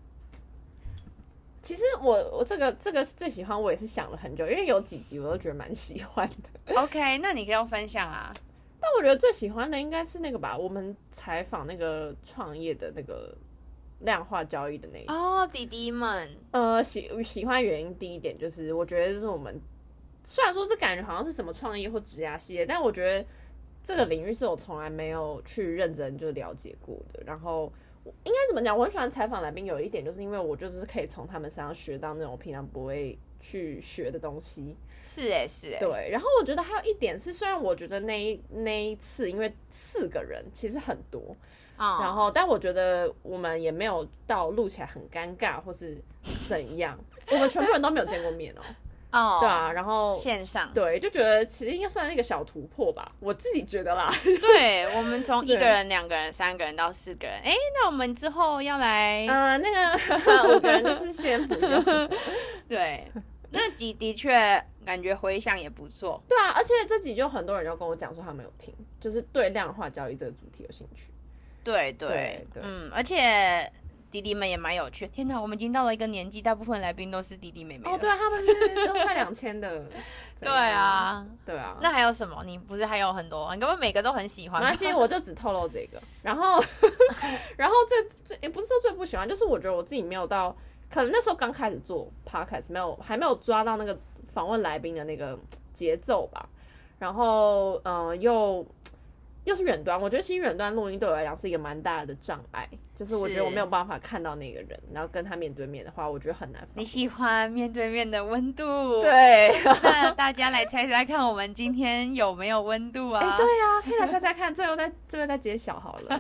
Speaker 3: 其实我我这个这个最喜欢，我也是想了很久，因为有几集我都觉得蛮喜欢的。
Speaker 2: OK，那你给我分享啊。
Speaker 3: 但我觉得最喜欢的应该是那个吧，我们采访那个创业的那个量化交易的那一集。
Speaker 2: 哦，弟弟们，
Speaker 3: 呃，喜喜欢原因第一点就是，我觉得是我们虽然说这感觉好像是什么创业或职涯系列，但我觉得这个领域是我从来没有去认真就了解过的。然后应该怎么讲？我很喜欢采访来宾，有一点就是因为我就是可以从他们身上学到那种我平常不会去学的东西。
Speaker 2: 是哎、是哎、
Speaker 3: 对，然后我觉得还有一点是，虽然我觉得那一那一次因为四个人其实很多，
Speaker 2: 啊
Speaker 3: 然后但我觉得我们也没有到录起来很尴尬或是怎样，我们全部人都没有见过面哦。
Speaker 2: 哦，
Speaker 3: 对啊，然后
Speaker 2: 线上，
Speaker 3: 对，就觉得其实应该算是一个小突破吧，我自己觉得啦。
Speaker 2: 对，我们从一
Speaker 3: 对
Speaker 2: 个人、两个人、三个人到四个人，哎，那我们之后要来，
Speaker 3: 呃， 那个 五个人就是先不用。
Speaker 2: 对，那集的确感觉回想也不错，
Speaker 3: 对啊，而且这集就很多人就跟我讲说他们有听，就是对量化交易这个主题有兴趣。
Speaker 2: 对对
Speaker 3: 对对
Speaker 2: 嗯，而且。弟弟们也蛮有趣，天哪！我们已经到了一个年纪，大部分来宾都是弟弟妹妹了
Speaker 3: 哦，对、啊，他们是都快两千的。
Speaker 2: 对，啊，
Speaker 3: 对啊。
Speaker 2: 那还有什么？你不是还有很多？你根本每个都很喜欢。
Speaker 3: 没关 系，我就只透露这个。然后，然后最最也不是说最不喜欢，就是我觉得我自己没有到，可能那时候刚开始做 podcast，没有还没有抓到那个访问来宾的那个节奏吧。然后，嗯、又又是远端，我觉得其实远端录音对我来讲是一个蛮大的障碍，就是我觉得我没有办法看到那个人，然后跟他面对面的话，我觉得很难访问。
Speaker 2: 你喜欢面对面的温度？，
Speaker 3: 对，
Speaker 2: 那大家来猜猜看，我们今天有没有温度啊？
Speaker 3: 哎，对啊，可以来猜猜看，最后再最后再揭晓好 了。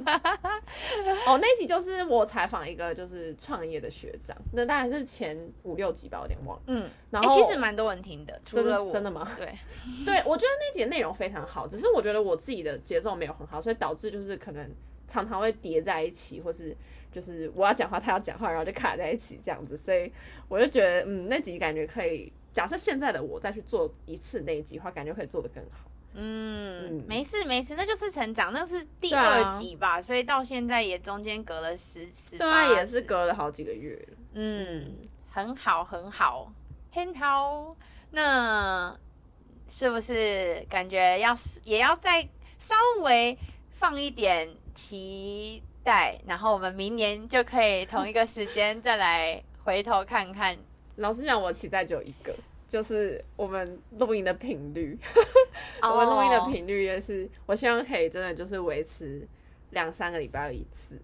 Speaker 3: 哦，那一集就是我采访一个就是创业的学长，那当然是前五六集吧，有点忘了。
Speaker 2: 嗯，
Speaker 3: 然
Speaker 2: 哎
Speaker 3: 后、
Speaker 2: 其实蛮多人听的，除
Speaker 3: 真
Speaker 2: 了
Speaker 3: 的
Speaker 2: 我。
Speaker 3: 真的吗？
Speaker 2: 对，
Speaker 3: 对，我觉得那集的内容非常好，只是我觉得我自己的节奏没有很好，所以导致就是可能常常会叠在一起，或是就是我要讲话，他要讲话，然后就卡在一起这样子，所以我就觉得嗯，那集感觉可以。假设现在的我再去做一次那一集的话，感觉可以做得更好。
Speaker 2: 嗯
Speaker 3: 嗯，
Speaker 2: 没事没事，那就是成长，那是第
Speaker 3: 对啊
Speaker 2: 二集吧，所以到现在也中间隔了十十
Speaker 3: 对啊，
Speaker 2: 八
Speaker 3: 也是
Speaker 2: 十
Speaker 3: 隔了好几个月了。
Speaker 2: 嗯，很好，很好，很好。那是不是感觉要是也要再稍微放一点期待，然后我们明年就可以同一个时间再来回头看看。
Speaker 3: 老实讲，我期待只有一个，就是我们录音的频率。我们录音的
Speaker 2: 哦
Speaker 3: 频率也是，我希望可以真的就是维持两三个礼拜一次。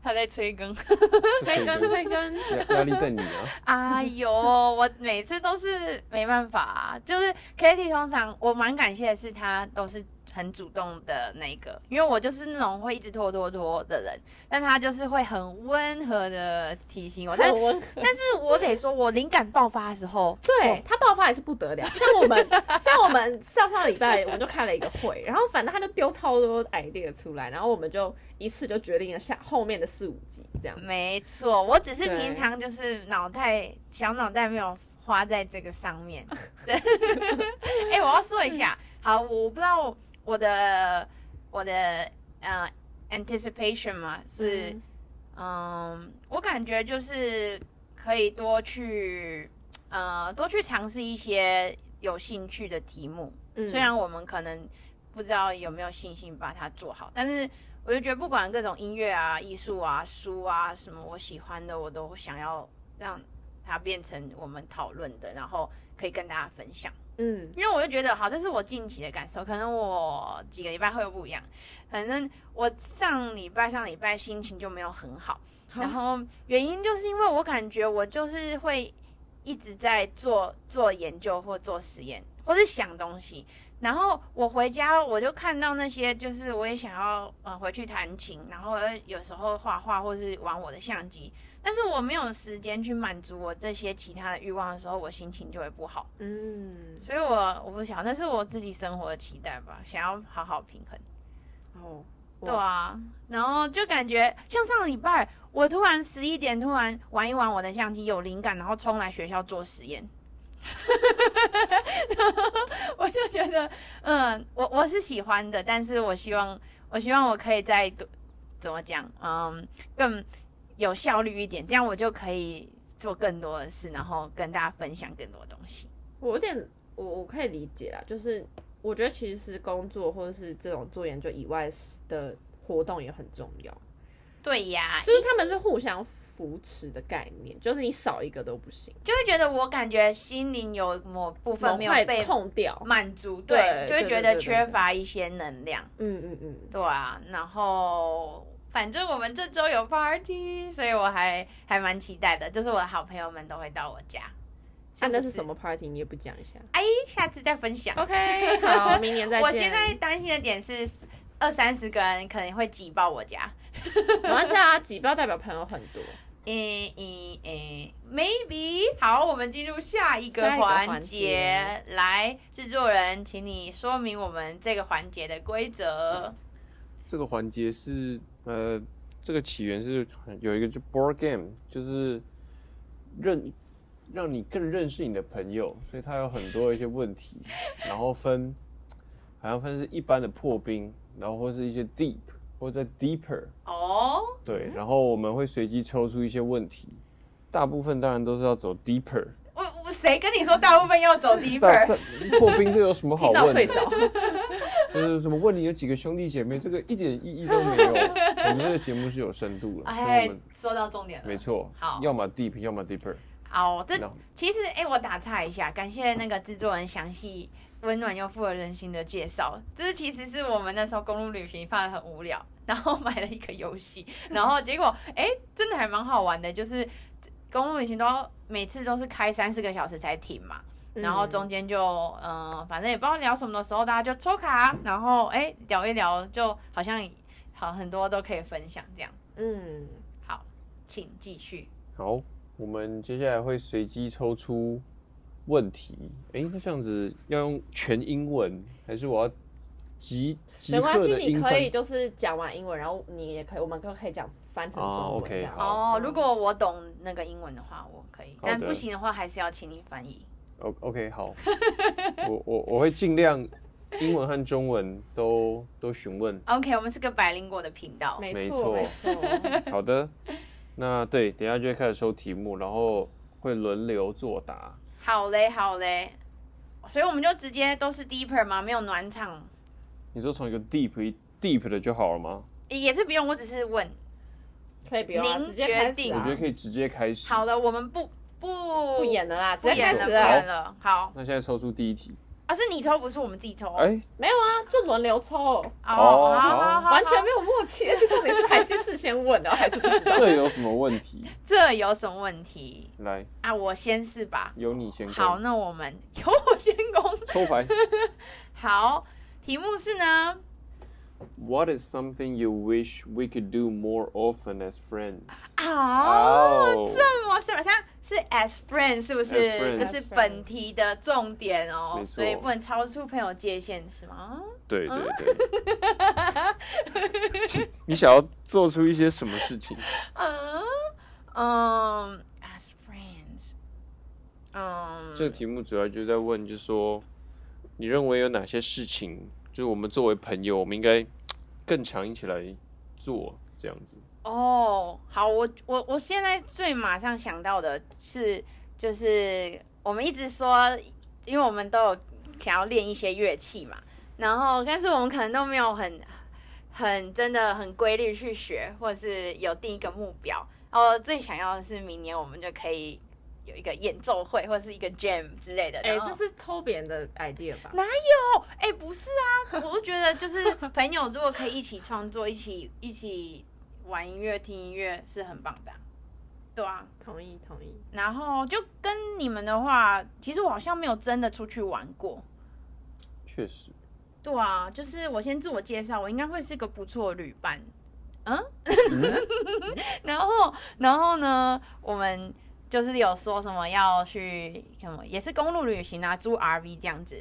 Speaker 2: 他在催更。
Speaker 3: 催更催更，
Speaker 4: 压压力在你啊，
Speaker 2: 哎呦，我每次都是没办法、啊，就是 Kitty 通常我蛮感谢的是她都是很主动的那个，因为我就是那种会一直拖拖拖的人，但她就是会很温和的提醒我，但
Speaker 3: 我温
Speaker 2: 但是我得说，我灵感爆发的时候，
Speaker 3: 对他爆发也是不得了，像我们像我们上上礼拜我们就开了一个会，然后反正他就丢超多 idea 出来，然后我们就一次就决定了下后面的四五集这样。
Speaker 2: 没错，我只是
Speaker 3: 对
Speaker 2: 平常就是脑袋小脑袋没有花在这个上面。 对，哎、我要说一下，好，我不知道我的我的呃 anticipation 嘛是
Speaker 3: 嗯
Speaker 2: 嗯、我感觉就是可以多去呃多去尝试一些有兴趣的题目，
Speaker 3: 嗯
Speaker 2: 虽然我们可能不知道有没有信心把它做好，但是我就觉得不管各种音乐啊、艺术啊、书啊什么，我喜欢的我都想要让它变成我们讨论的，然后可以跟大家分享。
Speaker 3: 嗯
Speaker 2: 因为我就觉得，好，这是我近期的感受，可能我几个礼拜会有不一样。反正我上礼拜、上礼拜心情就没有很好，然后原因就是因为我感觉我就是会一直在做做研究或做实验，或是想东西。然后我回家，我就看到那些，就是我也想要呃回去弹琴，然后有时候画画或是玩我的相机，但是我没有时间去满足我这些其他的欲望的时候，我心情就会不好。
Speaker 3: 嗯，
Speaker 2: 所以我我不想，那是我自己生活的期待吧，想要好好平衡。
Speaker 3: 哦，
Speaker 2: 对啊，然后就感觉像上礼拜，我突然十一点突然玩一玩我的相机，有灵感，然后冲来学校做实验。 然后我就觉得，嗯，我我是喜欢的，但是我希望，我希望我可以再多怎么讲，嗯，更有效率一点，这样我就可以做更多的事，然后跟大家分享更多东西。
Speaker 3: 我有点，我我可以理解啦，就是我觉得其实工作或者是这种做研究以外的活动也很重要，
Speaker 2: 对呀，
Speaker 3: 就是他们是互相扶持的概念，就是你少一个都不行，
Speaker 2: 就会觉得我感觉心灵有某部分没有
Speaker 3: 块
Speaker 2: 被
Speaker 3: 空掉。
Speaker 2: 满足，
Speaker 3: 对
Speaker 2: 对，就
Speaker 3: 对
Speaker 2: 会
Speaker 3: 对
Speaker 2: 觉得
Speaker 3: 对对
Speaker 2: 缺乏一些能量，
Speaker 3: 嗯嗯嗯，
Speaker 2: 对啊。然后反正我们这周有 party，所以我还还蛮期待的。就是我的好朋友们都会到我家。
Speaker 3: 啊，
Speaker 2: 不
Speaker 3: 那是什么？party？你也不讲一下
Speaker 2: 哎，下次再分享。
Speaker 3: ？OK，好，明年再见。
Speaker 2: 我现在担心的点是，二三十个人可能会挤爆我家。
Speaker 3: 没关系啊，挤爆代表朋友很多。
Speaker 2: 诶诶诶，maybe 好，我们进入下一个
Speaker 3: 下一个
Speaker 2: 环
Speaker 3: 环
Speaker 2: 节
Speaker 3: 节。
Speaker 2: 来，制作人，请你说明我们这个环节的规则。
Speaker 4: 这个环节是呃，这个起源是有一个就 board game，就是认让你更认识你的朋友，所以它有很多一些问题，然后分好像分是一般的破冰，然后或是一些 deep 或者 deeper，
Speaker 2: 哦，
Speaker 4: 对，然后我们会随机抽出一些问题，大部分当然都是要走 deeper，
Speaker 3: 嗯
Speaker 2: 我我谁跟你说大部分要走
Speaker 4: 但
Speaker 2: deeper？
Speaker 4: 但破冰这有什么好
Speaker 3: 听到
Speaker 4: 问
Speaker 3: 睡
Speaker 4: 的？
Speaker 3: 着，
Speaker 4: 就是什么问你有几个兄弟姐妹，这个一点意义都没有。我们这个节目是有深度了，所以我
Speaker 2: 哎
Speaker 4: 们，
Speaker 2: 说到重点了。
Speaker 4: 没错，
Speaker 2: 好
Speaker 4: 要么 deep，要么 deeper。
Speaker 2: 哦，这
Speaker 4: No
Speaker 2: 其实哎、我打岔一下，感谢那个制作人详细、温暖又富有人心的介绍。这其实是我们那时候公路旅行放的很无聊，然后买了一个游戏，然后结果哎、真的还蛮好玩的，就是公路旅行都每次都是开三四个小时才停嘛。
Speaker 3: 嗯
Speaker 2: 然后中间就嗯、呃反正也不知道聊什么的时候，大家就抽卡，然后哎、聊一聊，就好像好很多都可以分享这样。
Speaker 3: 嗯，
Speaker 2: 请继续。
Speaker 4: 好，我们接下来会随机抽出问题。诶，那这样子要用全英文，还是我要即即
Speaker 3: 没关
Speaker 4: 刻
Speaker 3: 系，
Speaker 4: 的
Speaker 3: 你
Speaker 4: 英
Speaker 3: 可以
Speaker 4: 翻？
Speaker 3: 就是讲完英文，然后你也可以，我们都可以讲翻成
Speaker 4: 哦
Speaker 3: 中文
Speaker 4: ，OK，
Speaker 3: 这样子。
Speaker 4: 好
Speaker 2: 哦，如果我懂那个英文的话，我可以；
Speaker 4: 好的
Speaker 2: 但不行的话，还是要请你翻译。
Speaker 4: O 哦 OK，好， 我我我会尽量英文和中文都都 询问。
Speaker 2: OK，我们是个百灵果的频道。
Speaker 3: 哦没
Speaker 4: 没
Speaker 3: 错
Speaker 4: 错
Speaker 3: 没错，
Speaker 4: 好的，那对，等一下就会开始抽题目，然后会轮流作答。
Speaker 2: 好嘞，好嘞，所以我们就直接都是 deeper 吗？没有暖场，
Speaker 4: 你说从一个 deep 一 deep 的就好了吗？
Speaker 2: 也是不用。我只是问。
Speaker 3: 可以不用啊，
Speaker 2: 您
Speaker 3: 直接
Speaker 2: 决
Speaker 3: 开始
Speaker 2: 定
Speaker 4: 我
Speaker 3: 啊
Speaker 4: 觉得，可以直接开始。
Speaker 2: 好了，我们不不
Speaker 3: 不演了啦，直
Speaker 2: 不
Speaker 3: 接
Speaker 2: 演
Speaker 3: 开
Speaker 2: 了，不
Speaker 3: 始
Speaker 4: 啊
Speaker 3: 啊，
Speaker 2: 演了。好
Speaker 4: 那现在抽出第一题。
Speaker 2: 啊，是你抽，不是我们自己抽。
Speaker 4: 哎、
Speaker 3: 没有啊，就轮流抽，
Speaker 2: 哦，
Speaker 4: 哦
Speaker 2: 好
Speaker 4: 好
Speaker 2: 好好，
Speaker 3: 完全没有默契，而且重点是还是事先问的，啊还是不知道。
Speaker 4: 这有什么问题？
Speaker 2: 这有什么问题
Speaker 4: 来，
Speaker 2: 啊？我先是吧。
Speaker 4: 由你先攻。
Speaker 2: 好，那我们 由我先攻。
Speaker 4: 抽牌。
Speaker 2: 好，题目是呢，
Speaker 4: What is something you wish we could do more often as friends？
Speaker 2: 哦，
Speaker 4: 哦
Speaker 2: 这么是好像是 as friend 是不是
Speaker 4: As friend
Speaker 2: 这是本题的重点哦，
Speaker 4: 没错
Speaker 2: 所以不能超出朋友界限是 吗？
Speaker 4: 对对对。 你想要做出一些什么事情？
Speaker 2: 嗯嗯，as friends，嗯，
Speaker 4: 这个题目主要就是在问，就是说，你认为有哪些事情，就是我们作为朋友，我们应该更常一起来做这样子？
Speaker 2: 哦，好，我我我现在最马上想到的是，就是我们一直说，因为我们都有想要练一些乐器嘛，然后但是我们可能都没有很很真的很规律去学，或者是有定一个目标。哦，最想要的是明年我们就可以有一个演奏会或是一个 jam 之类的。
Speaker 3: 哎，
Speaker 2: 然后
Speaker 3: 这是偷别人的 idea 吧？
Speaker 2: 哦，哎、不是啊，我就觉得就是朋友如果可以一起创作，一起一起玩音乐、听音乐是很棒的啊、对啊。
Speaker 3: 同意同意。
Speaker 2: 然后就跟你们的话，其实我好像没有真的出去玩过，
Speaker 4: 确实，
Speaker 2: 对啊，就是我先自我介绍，我应该会是个不错的旅伴，嗯， 然后然后呢，我们就是有说什么要去什么，也是公路旅行啊，租 RV 这样子，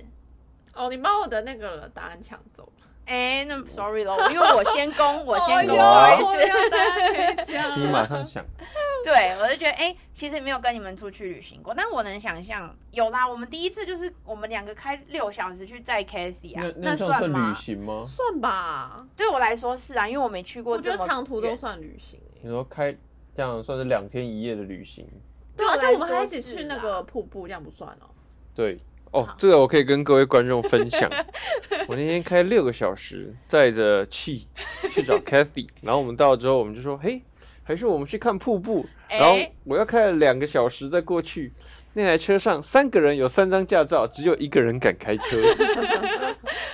Speaker 3: 哦，你把我的那个答案抢走了。
Speaker 2: 哎、那
Speaker 3: 哦
Speaker 2: sorry 咯，因为我先 攻，我先攻，啊
Speaker 4: 哎呦
Speaker 2: 不好意
Speaker 3: 我
Speaker 2: 思。
Speaker 3: 没有答案可以讲
Speaker 4: 请你马上想。
Speaker 2: 对，我就觉得，哎、其实没有跟你们出去旅行过，但我能想象，有啦。我们第一次就是我们两个开六小时去载 Cathy 啊，
Speaker 4: 那这
Speaker 2: 算
Speaker 4: 样算旅
Speaker 2: 吗？
Speaker 4: 行吗？
Speaker 3: 算吧，
Speaker 2: 对我来说是啊，因为我没去过
Speaker 3: 我觉
Speaker 2: 这
Speaker 3: 得
Speaker 2: 么
Speaker 3: 长途都
Speaker 2: 远
Speaker 3: 算旅行欸
Speaker 4: 你说开这样算是两天一夜的旅行？
Speaker 3: 对，啊
Speaker 2: 我
Speaker 3: 而且我们
Speaker 2: 来
Speaker 3: 还一起
Speaker 2: 说是
Speaker 3: 去那
Speaker 2: 啦
Speaker 3: 个瀑布，这样不算哦。
Speaker 4: 对。哦，这个我可以跟各位观众分享。 我那天开六个小时，载着气去找 Kathy，然 后我们到了之后，我们就说，嘿，还是我们去看瀑布。
Speaker 2: 哎
Speaker 4: 然后我要开了两个小时再过去，那台车上三个人有三张驾照，只有一个人敢开车。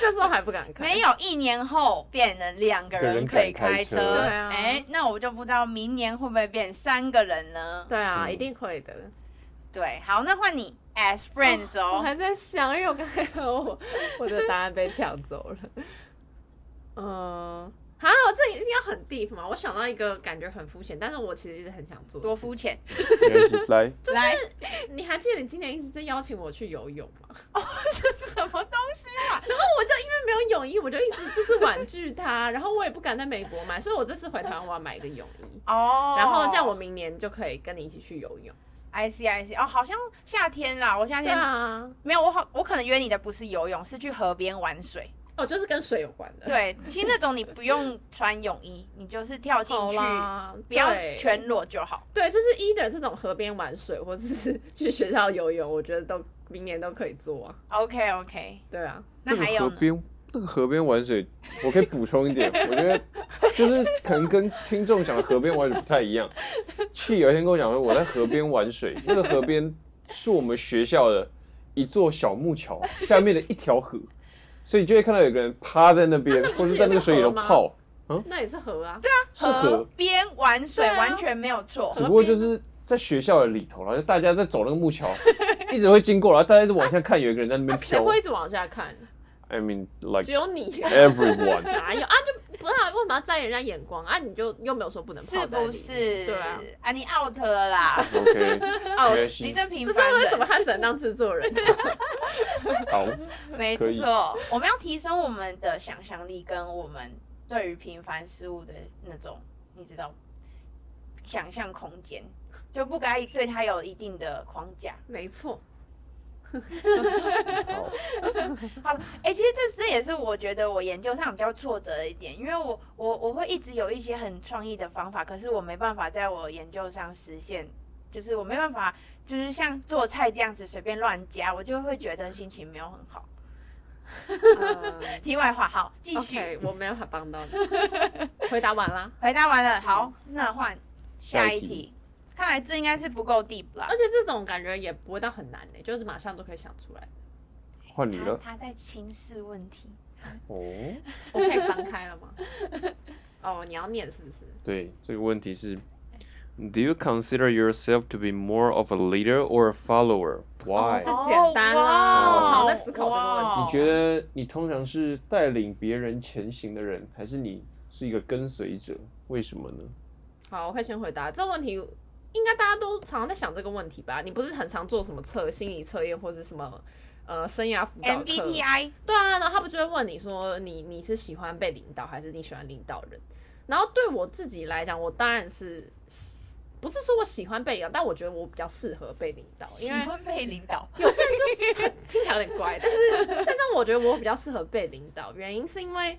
Speaker 3: 那时候还不敢开。
Speaker 2: 没有，一年后变成两个人可以开
Speaker 4: 两
Speaker 3: 敢
Speaker 4: 个人
Speaker 3: 开车对啊
Speaker 2: 哎，那我就不知道明年会不会变三个人呢？
Speaker 3: 对啊，
Speaker 4: 嗯
Speaker 3: 一定可以的。
Speaker 2: 对，好，那换你 as friends
Speaker 3: 我
Speaker 2: 哦。
Speaker 3: 还在想，因为我刚才我我的答案被抢走了。 嗯、呃，好，这一定要很 deep 嘛？我想到一个感觉很肤浅，但是我其实一直很想做的
Speaker 2: 多
Speaker 3: 事
Speaker 2: 肤浅，
Speaker 4: 没关系来，
Speaker 2: 来
Speaker 3: 情。你还记得你今年一直在邀请我去游泳吗？
Speaker 2: 这是什么东西？ 啊
Speaker 3: 我就因为没有泳衣，我就一直就是婉拒 他，然后我也不敢在美国买，所以我这次回台湾我要买一个泳衣，
Speaker 2: 哦，
Speaker 3: 然后这样我明年就可以跟你一起去游泳。
Speaker 2: I C I C 哦，好像夏天啦，我夏
Speaker 3: 对
Speaker 2: 天
Speaker 3: 啊，
Speaker 2: 没有，我好，我可能约你的不是游泳，是去河边玩水。
Speaker 3: 哦，就是跟水有关的。，
Speaker 2: 对，其实那种你不用穿泳衣，你就是跳进
Speaker 3: 好
Speaker 2: 去，
Speaker 3: 啦，
Speaker 2: 不要
Speaker 3: 对
Speaker 2: 全裸就好。
Speaker 3: 对，就是 either 这种河边玩水，或者是 去学校游泳，我觉得都明年都可以做啊。
Speaker 2: OK OK，
Speaker 3: 对啊，
Speaker 2: 那还有
Speaker 4: 河
Speaker 2: 呢？
Speaker 4: 边那个河边玩水，我可以补充一点，我觉得就是可能跟听众讲的河边玩水不太一样。去有一天跟我讲说我在河边玩水，那个河边是我们学校的一座小木桥下面的一条河，所以就会看到有个人趴在那边，
Speaker 3: 那不
Speaker 4: 或
Speaker 3: 是
Speaker 4: 是在那个水里头
Speaker 3: 也是河吗
Speaker 4: 泡，
Speaker 3: 那也是河啊。
Speaker 4: 是河，
Speaker 2: 边玩水、
Speaker 3: 对啊
Speaker 2: 完全没有错
Speaker 4: 只。不过就是在学校的里头，然后就大家在走那个木桥，一直会经过，然后大家就往下看，有一个人在
Speaker 3: 那
Speaker 4: 那 边
Speaker 3: 啊谁
Speaker 4: 飘。
Speaker 3: 会一直往下看？
Speaker 4: I mean like
Speaker 3: 只有你。
Speaker 4: everyone。
Speaker 3: 哪有啊？就不是啊为什么要在意人家眼光啊？你就又没有说不能泡
Speaker 2: 是
Speaker 3: 在里
Speaker 2: 不
Speaker 3: 面
Speaker 2: 是？
Speaker 3: 对啊。
Speaker 2: 啊，你 out 了啦！
Speaker 4: OK，
Speaker 3: 哦
Speaker 4: 没关
Speaker 2: 你
Speaker 4: 系，
Speaker 2: 这平
Speaker 3: 这
Speaker 2: 凡
Speaker 3: 真的为什么
Speaker 2: 人，
Speaker 3: 他只能当制作人？啊
Speaker 4: 好，
Speaker 2: 没
Speaker 4: 可以
Speaker 2: 错。我们要提升我们的想象力，跟我们对于平凡事物的那种，你知道，想象空间，就不该对它有一定的框架。
Speaker 3: 没 错，
Speaker 4: 好，
Speaker 2: 好，哎、其实这这也是我觉得我研究上比较挫折的一点，因为我我我会一直有一些很创意的方法，可是我没办法在我研究上实现，就是我没办法，就是像做菜这样子随便乱加，我就会觉得心情没有很好。
Speaker 3: 呃
Speaker 2: 题外话，好， 继续
Speaker 3: OK，我没有法帮 到你。回答完啦，
Speaker 2: 回答完了，好，那换嗯
Speaker 4: 下
Speaker 2: 下
Speaker 4: 一
Speaker 2: 一
Speaker 4: 题
Speaker 2: 题。看来这应该是不够 deep 啦
Speaker 3: 而。且这种感觉也不会到很难呢、就是马上都可以想出来。
Speaker 4: 换你
Speaker 2: 他
Speaker 4: 了。
Speaker 2: 他在轻视问题，
Speaker 4: 哦，
Speaker 3: 我可以翻开了 吗？哦，你要念是不是？
Speaker 4: 对，这个问题是，Do you consider yourself to be more of a leader or a follower?
Speaker 3: 哦
Speaker 4: Why？、
Speaker 3: 这简单
Speaker 2: 哇
Speaker 3: 啦，
Speaker 4: 哦
Speaker 3: 我常在思考这个
Speaker 2: 哇
Speaker 3: 问
Speaker 4: 你
Speaker 3: 题。
Speaker 4: 觉得你通常是带领别人前行的人，还是你是一个跟随者？为什么呢？
Speaker 3: 好，我可以先回答这个问题。应该大家都常常在想这个问题吧？你不是很常做什么测心理测验或是什么呃生涯辅导课
Speaker 2: MBTI
Speaker 3: 对啊，然后他不就会问你说你你是喜欢被领导还是你喜欢领导人？然后对我自己来讲，我当然是不是说我喜欢被领导，但我觉得我比较适合被领导，
Speaker 2: 喜
Speaker 3: 因为
Speaker 2: 欢被领导，
Speaker 3: 有些人就是很听起来有点乖，但是但是我觉得我比较适合被领导，原因是因为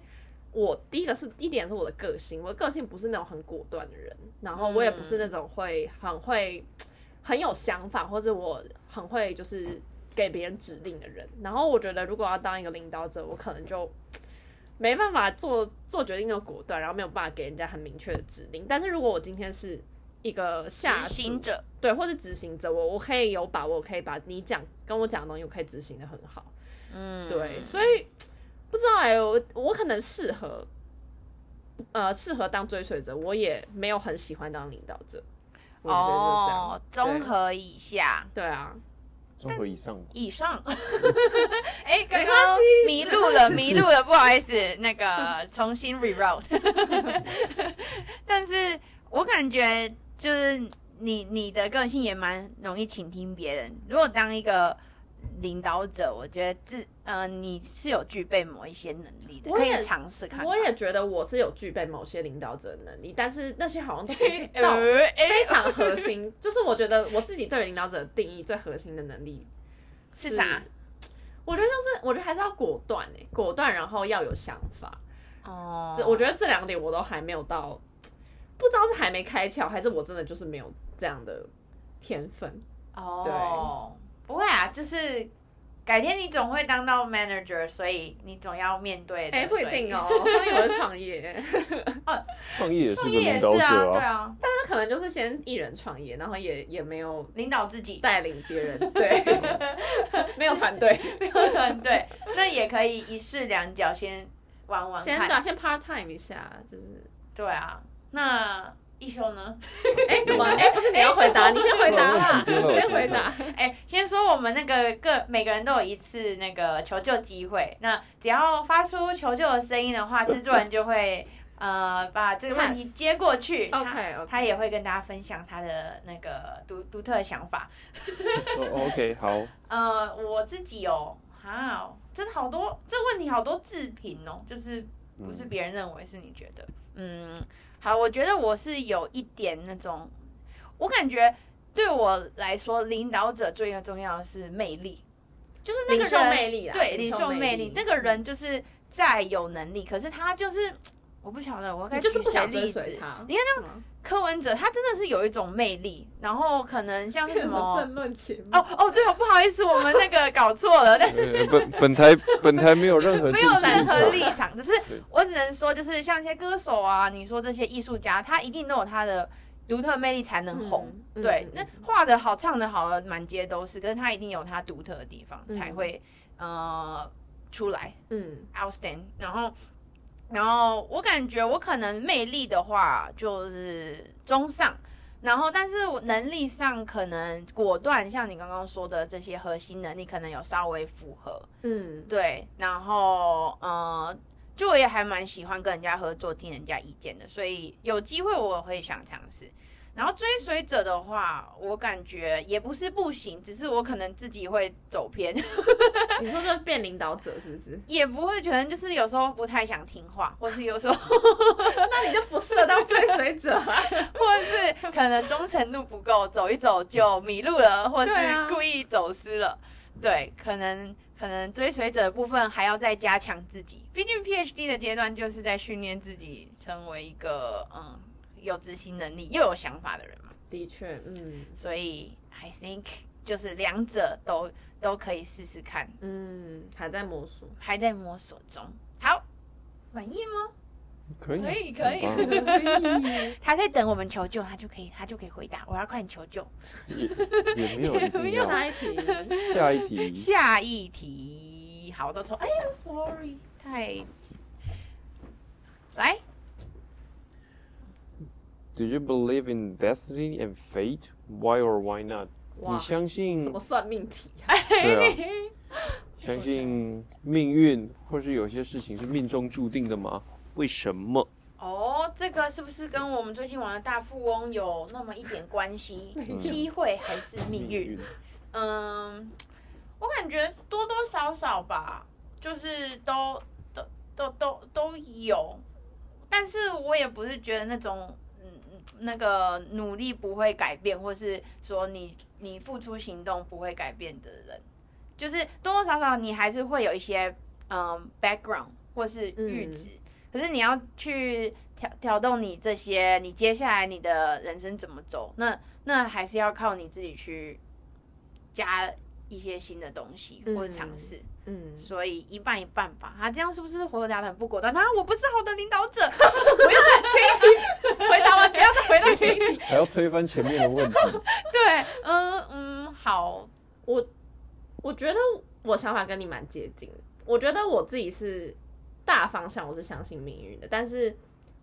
Speaker 3: 我第一个是一点是我的个性，我的个性不是那种很果断的人，然后我也不是那种会很会很有想法，或者我很会就是给别人指令的人。然后我觉得如果要当一个领导者，我可能就。 没办法做做决定那么果断，然后没有办法给人家很明确的指令。但是如果我今天是一个
Speaker 2: 执
Speaker 3: 下属
Speaker 2: 行者，
Speaker 3: 对，或是执行者，我我可以有把握，我可以把你讲跟我讲的东西，我可以执行的很好。
Speaker 2: 嗯，
Speaker 3: 对，所以不知道哎、我我可能适合，呃，适合当追随者，我也没有很喜欢当领导者。我觉得就是这样
Speaker 2: 哦，综合以下
Speaker 3: 对啊，
Speaker 4: 综合以上，
Speaker 2: 以上。 哎、刚
Speaker 3: 没关
Speaker 2: 刚
Speaker 3: 系
Speaker 2: 迷路了，迷路了，不好意思，那个重新 reroute。但是我感觉就是你你的个性也蛮容易倾听别人。如果当一个领导者，我觉得自呃你是有具备某一些能力的，
Speaker 3: 我
Speaker 2: 可
Speaker 3: 也
Speaker 2: 以尝试看看。
Speaker 3: 我也觉得我是有具备某些领导者的能力，但是那些好像都不 是到
Speaker 2: 呃，哎、
Speaker 3: 非常核心。就是我觉得我自己对领导者的定义最核心的能力
Speaker 2: 是啥？
Speaker 3: 我觉得就是，我觉得还是要果断哎、果断，然后要有想法。
Speaker 2: 哦，
Speaker 3: 这我觉得这两点我都还没有到，不知道是还没开窍，还是我真的就是没有这样的天分。
Speaker 2: 哦，不会啊，就是改天你总会当到 manager，所以你总要面对的。
Speaker 3: 哎、不一
Speaker 2: 所以
Speaker 3: 定哦，所以我是创业，
Speaker 4: 创业也是个
Speaker 2: 创业也
Speaker 4: 领
Speaker 2: 是
Speaker 4: 导者
Speaker 2: 啊，对啊，
Speaker 3: 那可能就是先一人创业，然后也也没有
Speaker 2: 领导自己。
Speaker 3: 带领别人，对，没有团队，
Speaker 2: 对，那也可以一试两脚，先玩玩
Speaker 3: 先
Speaker 2: 看。
Speaker 3: 打先 part time 一下，就是，
Speaker 2: 对啊，那一休呢？
Speaker 3: 哎、怎么，哎、不是你要回答，你先回答啦，
Speaker 4: 我
Speaker 3: 你
Speaker 4: 有问题啊
Speaker 3: 先回答，
Speaker 2: 哎、先说我们那个个每个人都有一次那个求救机会，那只要发出求救的声音的话，制作人就会呃把这个问题
Speaker 3: Pass
Speaker 2: 接过去。他
Speaker 3: OK，OK
Speaker 2: 他也会跟大家分享他的那个独独特的想法。啊
Speaker 4: 哦 OK，好，
Speaker 2: 呃，我自己哦，啊，这好多这问题好多自评哦，就是不是别人认为，是你觉得。嗯，好，我觉得我是有一点那种，我感觉对我来说，领导者最重要的是魅力，就是那个
Speaker 3: 领袖
Speaker 2: 人
Speaker 3: 魅力啊，
Speaker 2: 对领袖
Speaker 3: 魅
Speaker 2: 魅力，那个人就是再有能力，可是他就是我不晓得，我该
Speaker 3: 你就是
Speaker 2: 举
Speaker 3: 不
Speaker 2: 谁
Speaker 3: 想追
Speaker 2: 例
Speaker 3: 随
Speaker 2: 子。
Speaker 3: 他，
Speaker 2: 你
Speaker 3: 看这样
Speaker 2: 柯文哲他真的是有一种魅力，然后可能像是 什么
Speaker 3: 政论节目
Speaker 2: 哦哦，对哦，不好意思，我们那个搞错 了，但
Speaker 4: 呃本本台本台没有任何
Speaker 2: 没有
Speaker 4: 政治
Speaker 2: 任
Speaker 4: 立
Speaker 2: 何
Speaker 4: 场
Speaker 2: 立场，只是我只能说，就是像一些歌手啊，你说这些艺术家，他一定都有他的独特魅力才能红。
Speaker 3: 嗯
Speaker 2: 对
Speaker 3: 嗯，
Speaker 2: 那画的好，唱的好的满街都是，可是他一定有他独特的地方，
Speaker 3: 嗯
Speaker 2: 才会呃出来
Speaker 3: 嗯
Speaker 2: outstand。然后，然后我感觉我可能魅力的话就是中上。然后，但是我能力上可能果断，像你刚刚说的这些核心能力，可能有稍微符合。
Speaker 3: 嗯，
Speaker 2: 对，然后呃，就我也还蛮喜欢跟人家合作、听人家意见的，所以有机会我会想尝试。然后追随者的话，我感觉也不是不行，只是我可能自己会走偏，
Speaker 3: 你说这变领导者是不是？
Speaker 2: 也不会觉得就是有时候不太想听话，或是有时候
Speaker 3: 那你就不适合当追随者啊，
Speaker 2: 或是可能忠诚度不够，走一走就迷路了，或是
Speaker 3: 对啊
Speaker 2: 故意走失了。对，可能可能追随者的部分还要再加强自己，毕竟 PhD 的阶段就是在训练自己成为一个嗯有执行能力又有想法的人嘛。
Speaker 3: 的确，嗯
Speaker 2: 所以 I think 就是两者都都可以试试看，
Speaker 3: 嗯，还在摸索，
Speaker 2: 还在摸索中。好，满意吗？
Speaker 4: 可以
Speaker 2: 可以可以
Speaker 4: 很棒
Speaker 2: 他在等我们求救，他就可以他就可以回答。我要快点求救。
Speaker 4: 也也没有一 定要。
Speaker 3: 下一题，
Speaker 4: 下一题，
Speaker 2: 下一题，好的，从哎呀，sorry，太来
Speaker 4: Do you believe in destiny and fate? Why or why not？
Speaker 3: 哇
Speaker 4: 你相信
Speaker 3: 什么算命题啊？
Speaker 2: 哎
Speaker 4: 对啊，相信命运，或是有些事情是命中注定的吗？为什么？
Speaker 2: 哦，这个是不是跟我们最近玩的大富翁有那么一点关系？机会还是命运？嗯，我感觉多多少少吧，就是都都都都都有，但是我也不是觉得那种嗯嗯那个努力不会改变，或是说你你付出行动不会改变的人，就是多多少少你还是会有一些嗯 background 或是阈值。可是你要去调调动你这些，你接下来你的人生怎么走？那那还是要靠你自己去加一些新的东西
Speaker 3: 嗯
Speaker 2: 或者尝试，
Speaker 3: 嗯，
Speaker 2: 所以一半一半吧。啊他、这样是不是回答的很不果断？他、啊、我不是好的领导者，
Speaker 3: 不要 再前一题，回答完不要再回到前一题。
Speaker 4: 还要推翻前面的问题，
Speaker 2: 对，嗯嗯，好，
Speaker 3: 我我觉得我想法跟你蛮接近的。我觉得我自己是大方向，我是相信命运的，但是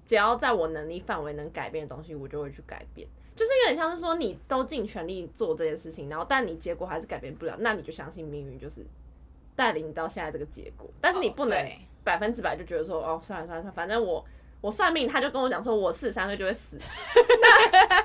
Speaker 3: 只要在我能力范围能改变的东西，我就会去改变。就是有点像是说，你都尽全力做这件事情，然后但你结果还是改变不了，那你就相信命运就是带领你到现在这个结果。但是你不能
Speaker 2: 哦对
Speaker 3: 百分之百就觉得说，哦，算了算了，算了反正我我算命，他就跟我讲说，我四十三岁就会死，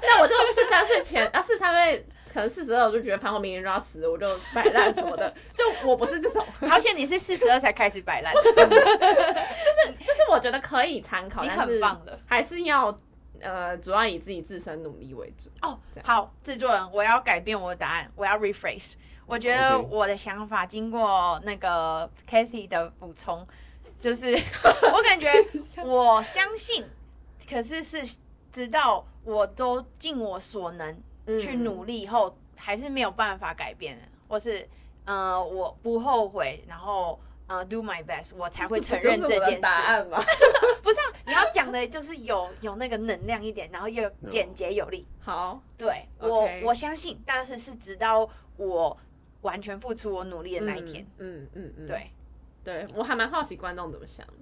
Speaker 3: 那我就四十三岁前啊，四十三岁可能四十二，我就觉得反正我明年就要死了，我就摆烂什么的。就我不是这种，
Speaker 2: 好险你是四十二才开始摆烂，
Speaker 3: 就是我觉得可以参考，
Speaker 2: 你
Speaker 3: 但是
Speaker 2: 很棒的
Speaker 3: 还是要呃，主要以自己自身努力为主。
Speaker 2: 哦。好，制作人，我要改变我的答案，我要 rephrase。我觉
Speaker 3: 哦
Speaker 2: 得
Speaker 4: OK
Speaker 2: 我的想法经过那个 Kathy 的补充，就是 我感觉我相信，可是是直到我都尽我所能去努力后，还是没有办法改变的，或是呃，我不后悔，然后呃，do my best，我才会承
Speaker 3: 不
Speaker 2: 认
Speaker 3: 就是
Speaker 2: 这
Speaker 3: 我的
Speaker 2: 件事。
Speaker 3: 答案 吗？
Speaker 2: 不是、啊，你要讲的就是有有那个能量一点，然后又简洁有力。
Speaker 3: 好，
Speaker 2: 对
Speaker 3: OK
Speaker 2: 我，我相信，但是是直到我完全付出我努力的那一天。
Speaker 3: 嗯，嗯嗯嗯，
Speaker 2: 对
Speaker 3: 对，我还蛮好奇观众怎么想的，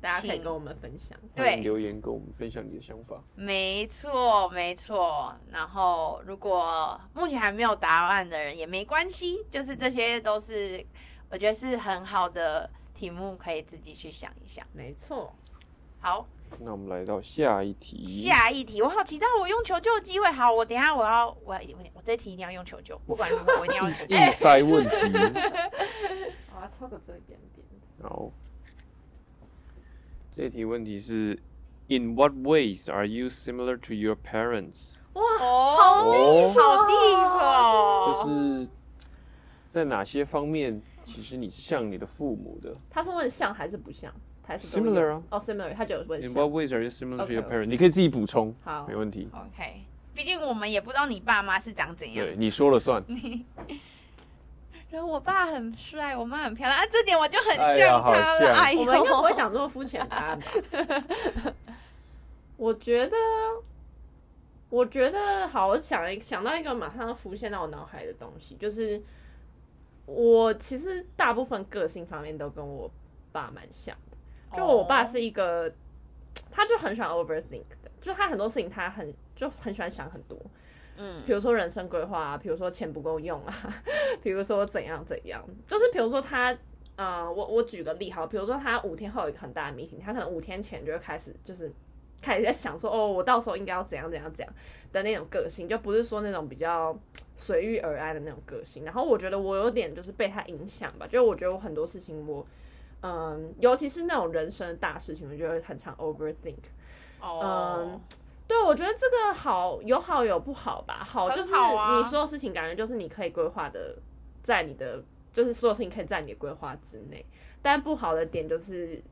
Speaker 3: 大家可以
Speaker 2: 请
Speaker 3: 跟我们分享。
Speaker 4: 欢
Speaker 2: 对
Speaker 4: 迎留言跟我们分享你的想法。
Speaker 2: 没错，没错。然后，如果目前还没有答案的人也没关系，就是这些都是我觉得是很好的题目，可以自己去想一想。
Speaker 3: 没错，
Speaker 2: 好，
Speaker 4: 那我们来到下一
Speaker 3: 嗯
Speaker 4: 题，
Speaker 2: 下一题，我好期待我用求救的机会。好，我等一下我要我要我我这题一定要用求救，不管如何我一定要用 求救。
Speaker 3: 嗯
Speaker 4: 硬塞问题。
Speaker 3: 我要抽个最边边的。
Speaker 4: 好，这题问题是：In what ways are you similar to your parents？
Speaker 3: 哇，
Speaker 2: 哦，
Speaker 4: 哦，
Speaker 2: 好地方，
Speaker 4: 就是在哪些方面，其实你是像你的父母的
Speaker 3: 他是问像还是不像？还是都有
Speaker 4: Similar 啊
Speaker 3: 哦，similar，他就有问
Speaker 4: ？In
Speaker 3: 像
Speaker 4: what。ways are you similar to your
Speaker 3: OK，OK
Speaker 4: parents？你可以自己补充，
Speaker 3: 好
Speaker 4: 没问题。
Speaker 2: OK，毕竟我们也不知道你爸妈是长怎样。
Speaker 4: 对，你说了算。
Speaker 2: 然后我爸很帅，我妈很漂亮啊，这点我就很
Speaker 4: 哎呀
Speaker 2: 像他了。
Speaker 4: 好像
Speaker 2: 哎呦，
Speaker 3: 我们应该不会讲这么肤浅的答案吧？ 我觉得，我觉得好，我想一想到一个马上浮现到我脑海的东西，就是我其实大部分个性方面都跟我爸蛮像
Speaker 2: 哦
Speaker 3: 的，就我爸是一个，他就很喜欢 overthink 的，就他很多事情他很就很喜欢想很多，
Speaker 2: 嗯
Speaker 3: 比如说人生规划啊，比如说钱不够用啊， 比如说怎样怎样，就是比如说他，呃，我我举个例哈，比如说他五天后有一个很大的 meeting，他可能五天前就会开始就是开始在想说，哦，我到时候应该要怎样怎样怎样的那种个性，就不是说那种比较随遇而安的那种个性。然后我觉得我有点就是被他影响吧，就是我觉得我很多事情我，嗯，尤其是那种人生的大事情，我就会很常 overthink。
Speaker 2: 哦，
Speaker 3: 对，我觉得这个好有好有不好吧。好
Speaker 2: 很
Speaker 3: 就是
Speaker 2: 好啊
Speaker 3: 你所有事情感觉就是你可以规划的，在你的就是所有事情可以在你的规划之内。但不好的点就是